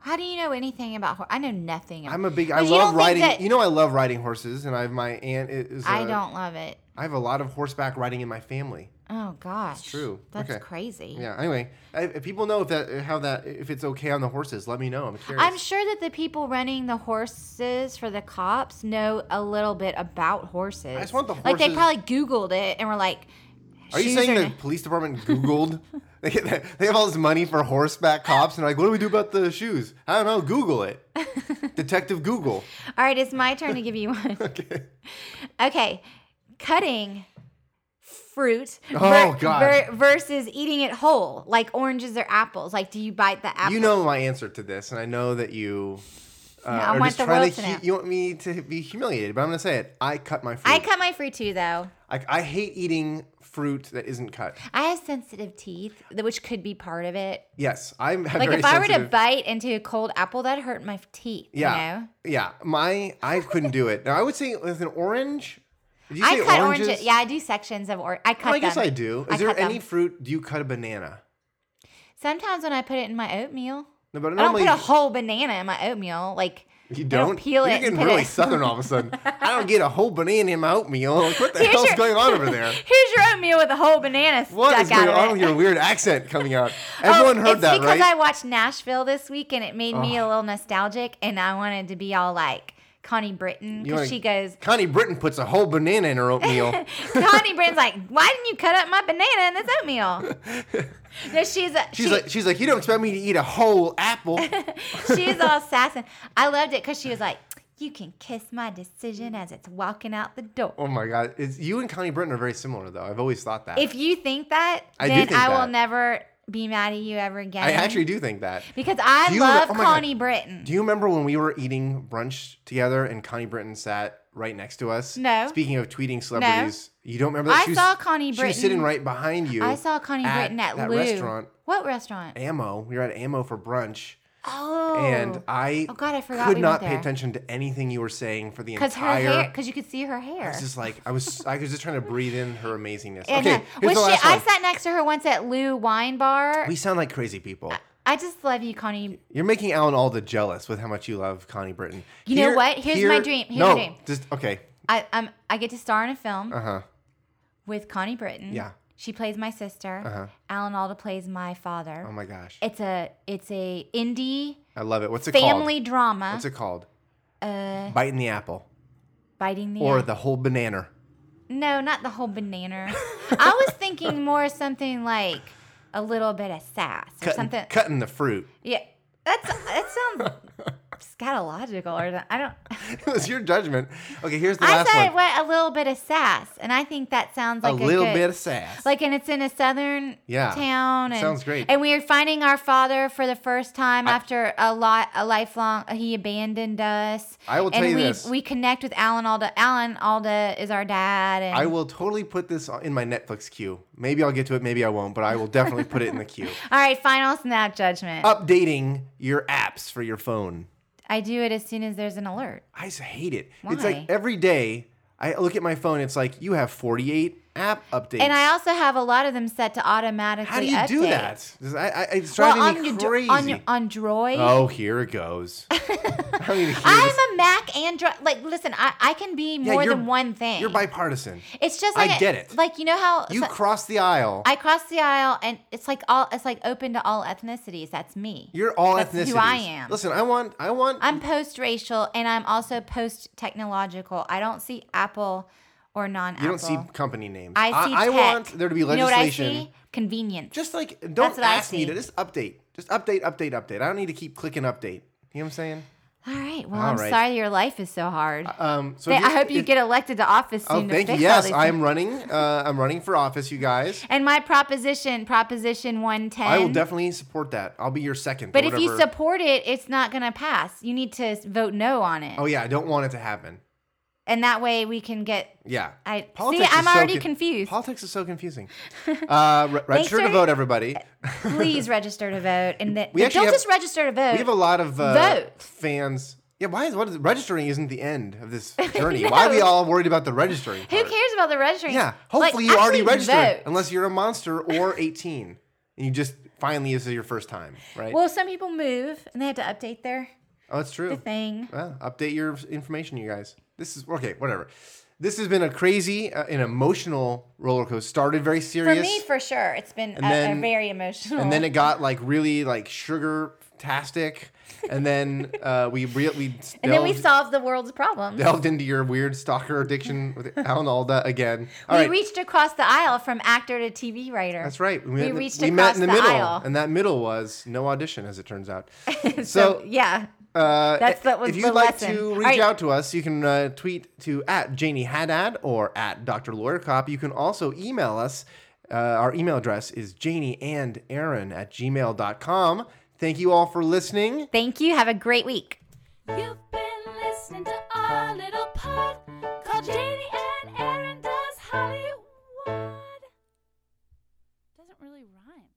Speaker 2: How do you know anything about horse? I know nothing.
Speaker 3: I'm a big. I
Speaker 2: But you don't
Speaker 3: love
Speaker 2: think
Speaker 3: riding.
Speaker 2: that-
Speaker 3: you know, I love riding horses, and I have my aunt is.
Speaker 2: I
Speaker 3: a-
Speaker 2: don't love it.
Speaker 3: I have a lot of horseback riding in my family.
Speaker 2: Oh gosh, that's
Speaker 3: true.
Speaker 2: That's
Speaker 3: Okay.
Speaker 2: crazy.
Speaker 3: Yeah. Anyway, I, if people know if that how that if it's okay on the horses, let me know. I'm curious.
Speaker 2: I'm sure that the people running the horses for the cops know a little bit about horses. I
Speaker 3: just want the
Speaker 2: Like they
Speaker 3: horses-
Speaker 2: probably Googled it and were like,
Speaker 3: Are you
Speaker 2: shoes
Speaker 3: saying
Speaker 2: are
Speaker 3: the
Speaker 2: ne-
Speaker 3: police department Googled? [laughs] they they have all this money for horseback cops, and they're like, what do we do about the shoes? I don't know.
Speaker 2: [laughs]
Speaker 3: Google it. Detective Google. [laughs]
Speaker 2: All right, it's my turn to give you one.
Speaker 3: Okay.
Speaker 2: Okay, cutting fruit
Speaker 3: Oh, God.
Speaker 2: versus eating it whole, like oranges or apples. Like, do you bite the apple?
Speaker 3: You know my answer to this, and I know that you. Uh,
Speaker 2: I
Speaker 3: are
Speaker 2: want
Speaker 3: just
Speaker 2: the
Speaker 3: trying
Speaker 2: world
Speaker 3: to
Speaker 2: to know.
Speaker 3: hu- you want me to be humiliated, but I'm gonna say it. I cut my fruit.
Speaker 2: I cut my fruit too, though.
Speaker 3: I, I hate eating fruit that isn't cut.
Speaker 2: I have sensitive teeth, th- which could be part of it.
Speaker 3: Yes, I'm
Speaker 2: Like,
Speaker 3: very
Speaker 2: if I were to
Speaker 3: sensitive-
Speaker 2: bite into a cold apple, that hurt my f- teeth.
Speaker 3: yeah,
Speaker 2: You know?
Speaker 3: yeah, my I couldn't do it. Now I would say with an orange. Did you
Speaker 2: I
Speaker 3: say
Speaker 2: cut
Speaker 3: oranges?
Speaker 2: oranges? Yeah, I do sections of or. I cut
Speaker 3: Oh, I guess
Speaker 2: them.
Speaker 3: I do. Is
Speaker 2: I
Speaker 3: there
Speaker 2: cut
Speaker 3: any
Speaker 2: them.
Speaker 3: fruit? Do you cut a banana?
Speaker 2: Sometimes when I put it in my oatmeal,
Speaker 3: No, but
Speaker 2: I don't
Speaker 3: normally
Speaker 2: put a whole banana in my oatmeal. Like
Speaker 3: [laughs] you
Speaker 2: I
Speaker 3: don't,
Speaker 2: peel it.
Speaker 3: You're
Speaker 2: and
Speaker 3: getting
Speaker 2: put
Speaker 3: really
Speaker 2: it-
Speaker 3: southern all of
Speaker 2: [laughs]
Speaker 3: a sudden. I don't get a whole banana in my oatmeal. Like, what the
Speaker 2: Here's
Speaker 3: hell's
Speaker 2: your-
Speaker 3: going on
Speaker 2: [laughs]
Speaker 3: over there?
Speaker 2: Here's your oatmeal with a whole banana stuck
Speaker 3: What is
Speaker 2: out
Speaker 3: going
Speaker 2: of
Speaker 3: on
Speaker 2: it.
Speaker 3: with your weird accent coming out?
Speaker 2: [laughs]
Speaker 3: Everyone
Speaker 2: Oh,
Speaker 3: heard
Speaker 2: it's
Speaker 3: that,
Speaker 2: because
Speaker 3: right?
Speaker 2: I watched Nashville this week and it made me a little nostalgic, and I wanted to be all like Connie Britton
Speaker 3: You wanna-
Speaker 2: because she
Speaker 3: [laughs]
Speaker 2: goes.
Speaker 3: Connie Britton puts a whole banana in
Speaker 2: [laughs]
Speaker 3: her oatmeal.
Speaker 2: Connie Britton's like, why didn't you cut up my banana in this
Speaker 3: [laughs]
Speaker 2: oatmeal? no, she's a,
Speaker 3: She's
Speaker 2: she-
Speaker 3: like, she's like, you don't expect me to eat a whole
Speaker 2: [laughs]
Speaker 3: apple.
Speaker 2: She's all assassin. I loved it because she was like, "You can kiss my decision as it's walking out the door."
Speaker 3: Oh my god, it's, you and Connie Britton are very similar though. I've always thought that.
Speaker 2: If you think that,
Speaker 3: I do
Speaker 2: then
Speaker 3: think
Speaker 2: I will
Speaker 3: that.
Speaker 2: never be mad at you ever again.
Speaker 3: I actually do think that.
Speaker 2: because I
Speaker 3: Do you
Speaker 2: love
Speaker 3: remember- oh my God.
Speaker 2: Connie Britton.
Speaker 3: Do you remember when we were eating brunch together and Connie Britton sat right next to us?
Speaker 2: No.
Speaker 3: Speaking of tweeting celebrities, you don't remember that?
Speaker 2: I saw Connie
Speaker 3: She was
Speaker 2: Britton-
Speaker 3: sitting right behind you.
Speaker 2: I saw Connie Britton at
Speaker 3: that
Speaker 2: Lou.
Speaker 3: restaurant,
Speaker 2: What restaurant?
Speaker 3: Ammo. We were at Ammo for brunch,
Speaker 2: Oh,
Speaker 3: and I,
Speaker 2: Oh, God, I forgot
Speaker 3: could
Speaker 2: we went
Speaker 3: not pay
Speaker 2: there.
Speaker 3: attention to anything you were saying for the
Speaker 2: because her hair,
Speaker 3: entire.
Speaker 2: because you could see her hair.
Speaker 3: It's just like I was, I was just trying to breathe in her amazingness.
Speaker 2: And
Speaker 3: okay,
Speaker 2: her-
Speaker 3: here's
Speaker 2: was
Speaker 3: the
Speaker 2: she?
Speaker 3: last
Speaker 2: I
Speaker 3: one.
Speaker 2: sat next to her once at Lou Wine Bar.
Speaker 3: we sound like crazy people.
Speaker 2: I just love you, Connie.
Speaker 3: You're making Alan Alda jealous with how much you love Connie Britton.
Speaker 2: You know what? Here's my dream. Here's
Speaker 3: no,
Speaker 2: my dream.
Speaker 3: Just okay.
Speaker 2: I um, I get to star in a film.
Speaker 3: Uh huh.
Speaker 2: with Connie Britton.
Speaker 3: Yeah. Uh-huh.
Speaker 2: She plays my sister. Alan Alda plays my father.
Speaker 3: Oh my gosh.
Speaker 2: it's a it's a indie
Speaker 3: I love it. What's it called?
Speaker 2: family drama.
Speaker 3: What's it called? Uh, Biting the apple
Speaker 2: biting the
Speaker 3: or
Speaker 2: apple.
Speaker 3: the whole banana.
Speaker 2: no, not the whole banana.
Speaker 3: [laughs]
Speaker 2: I was thinking more something like a little bit of sass or
Speaker 3: Cutting,
Speaker 2: something.
Speaker 3: cutting the fruit. [laughs]
Speaker 2: Yeah, that's that sounds scatological or I don't.
Speaker 3: it was your judgment. Okay, here's the
Speaker 2: I
Speaker 3: last
Speaker 2: said
Speaker 3: one.
Speaker 2: what a little bit of sass, and I think that sounds like a,
Speaker 3: a little
Speaker 2: good-
Speaker 3: bit of sass.
Speaker 2: Like, and it's in a southern
Speaker 3: Yeah.
Speaker 2: town. And,
Speaker 3: Sounds great.
Speaker 2: And we are finding our father for the first time after a lot, a lifelong. He abandoned us.
Speaker 3: I will tell
Speaker 2: and
Speaker 3: you
Speaker 2: we,
Speaker 3: this.
Speaker 2: We connect with Alan Alda. Alan Alda is our dad. And
Speaker 3: I will totally put this on- in my Netflix queue. Maybe I'll get to it, maybe I won't, but I will definitely put it in
Speaker 2: [laughs]
Speaker 3: the queue.
Speaker 2: all right, final snap
Speaker 3: Oh.
Speaker 2: judgment.
Speaker 3: Updating your apps for your phone.
Speaker 2: I do it as soon as there's an alert.
Speaker 3: I just hate it. It's like
Speaker 2: Why?
Speaker 3: every day I look at my phone, it's like you have 48 app updates.
Speaker 2: And I also have a lot of them set to automatically
Speaker 3: How do you do
Speaker 2: update.
Speaker 3: that? This- I, I, it's
Speaker 2: Well,
Speaker 3: driving
Speaker 2: on
Speaker 3: me
Speaker 2: your,
Speaker 3: crazy.
Speaker 2: dro- on your on Droid.
Speaker 3: [laughs] oh, here
Speaker 2: [laughs]
Speaker 3: it goes. I don't even hear this.
Speaker 2: I'm a Mac Android. Like, listen, I, I can be
Speaker 3: Yeah,
Speaker 2: more
Speaker 3: you're-
Speaker 2: than one thing.
Speaker 3: You're bipartisan.
Speaker 2: It's just
Speaker 3: I
Speaker 2: like a-
Speaker 3: get it.
Speaker 2: Like you know how
Speaker 3: You
Speaker 2: so-
Speaker 3: cross the aisle.
Speaker 2: I cross the aisle, and it's like all it's like open to all ethnicities. That's me.
Speaker 3: You're all
Speaker 2: That's
Speaker 3: ethnicities.
Speaker 2: who I am.
Speaker 3: Listen, I want, I want.
Speaker 2: I'm post-racial, and I'm also post-technological. I don't see Apple or non-Apple.
Speaker 3: you don't see company names.
Speaker 2: I see.
Speaker 3: I,
Speaker 2: tech.
Speaker 3: want there to be
Speaker 2: You know what I see?
Speaker 3: legislation.
Speaker 2: Convenience.
Speaker 3: Just like don't
Speaker 2: That's what I
Speaker 3: ask me
Speaker 2: see.
Speaker 3: to just update. Just update, update, update. I don't need to keep clicking update. You know what I'm saying?
Speaker 2: all right. Well,
Speaker 3: All
Speaker 2: I'm
Speaker 3: right.
Speaker 2: sorry your life is so hard.
Speaker 3: Um, so
Speaker 2: But
Speaker 3: if
Speaker 2: I hope you
Speaker 3: if-
Speaker 2: get elected to office soon
Speaker 3: Oh,
Speaker 2: to
Speaker 3: thank
Speaker 2: fix
Speaker 3: you.
Speaker 2: all
Speaker 3: Yes,
Speaker 2: these
Speaker 3: I'm
Speaker 2: things.
Speaker 3: running. Uh, I'm running for office, you guys.
Speaker 2: And my proposition, Proposition 110.
Speaker 3: I will definitely support that. I'll be your second. or
Speaker 2: But if you
Speaker 3: whatever.
Speaker 2: support it, it's not going to pass. You need to vote no on it.
Speaker 3: oh yeah, I don't want it to happen.
Speaker 2: And that way we can get.
Speaker 3: Yeah.
Speaker 2: I- see,
Speaker 3: Politics is
Speaker 2: I'm
Speaker 3: so
Speaker 2: already
Speaker 3: con-
Speaker 2: confused.
Speaker 3: Politics is
Speaker 2: [laughs]
Speaker 3: so confusing. Uh, re- register to
Speaker 2: started-
Speaker 3: vote,
Speaker 2: uh,
Speaker 3: everybody.
Speaker 2: Please register to vote. And that
Speaker 3: We
Speaker 2: but
Speaker 3: actually
Speaker 2: don't
Speaker 3: have-
Speaker 2: just register to vote.
Speaker 3: [laughs] We have a lot of uh,
Speaker 2: Vote.
Speaker 3: fans. Yeah, why is what is registering isn't the end
Speaker 2: [laughs]
Speaker 3: of this journey? Why are we all worried about the registering?
Speaker 2: Who
Speaker 3: part?
Speaker 2: cares about the registering?
Speaker 3: Yeah,
Speaker 2: Like,
Speaker 3: hopefully you already
Speaker 2: actually
Speaker 3: registered,
Speaker 2: vote.
Speaker 3: unless you're a monster or 18 and you just finally this is your first time, right?
Speaker 2: Well, some people move and they have to update their
Speaker 3: oh, that's true.
Speaker 2: thing.
Speaker 3: Well, update your information, you guys. This is okay. Whatever. This has been a crazy, uh, an emotional roller coaster. Started very
Speaker 2: For
Speaker 3: serious.
Speaker 2: me, for sure, it's been a,
Speaker 3: And then-
Speaker 2: a very emotional.
Speaker 3: and then it got like really like sugar tastic and then uh, we re- we
Speaker 2: And then we
Speaker 3: delved-
Speaker 2: solved the world's problem.
Speaker 3: delved into your weird stalker addiction with Alan
Speaker 2: [laughs]
Speaker 3: Alda again. All
Speaker 2: we
Speaker 3: right,
Speaker 2: reached across the aisle from actor to TV writer.
Speaker 3: that's right.
Speaker 2: we
Speaker 3: met-
Speaker 2: reached
Speaker 3: we met in the,
Speaker 2: across the
Speaker 3: middle,
Speaker 2: aisle.
Speaker 3: and that middle was no audition, as it
Speaker 2: [laughs]
Speaker 3: turns out.
Speaker 2: So,
Speaker 3: so.
Speaker 2: yeah,
Speaker 3: Uh,
Speaker 2: that's the- was
Speaker 3: if you'd
Speaker 2: the
Speaker 3: like
Speaker 2: lesson.
Speaker 3: to
Speaker 2: All
Speaker 3: reach
Speaker 2: right.
Speaker 3: out to us, you can uh, tweet to at Janie Haddad or at Dr. Lawyer Cop. You can also email us. Uh, our email address is Janie and Aaron at gmail.com. Thank you all for listening.
Speaker 2: thank you. Have a great week.
Speaker 1: You've been listening to our little pod called Janie and Aaron Does Hollywood. Doesn't really rhyme.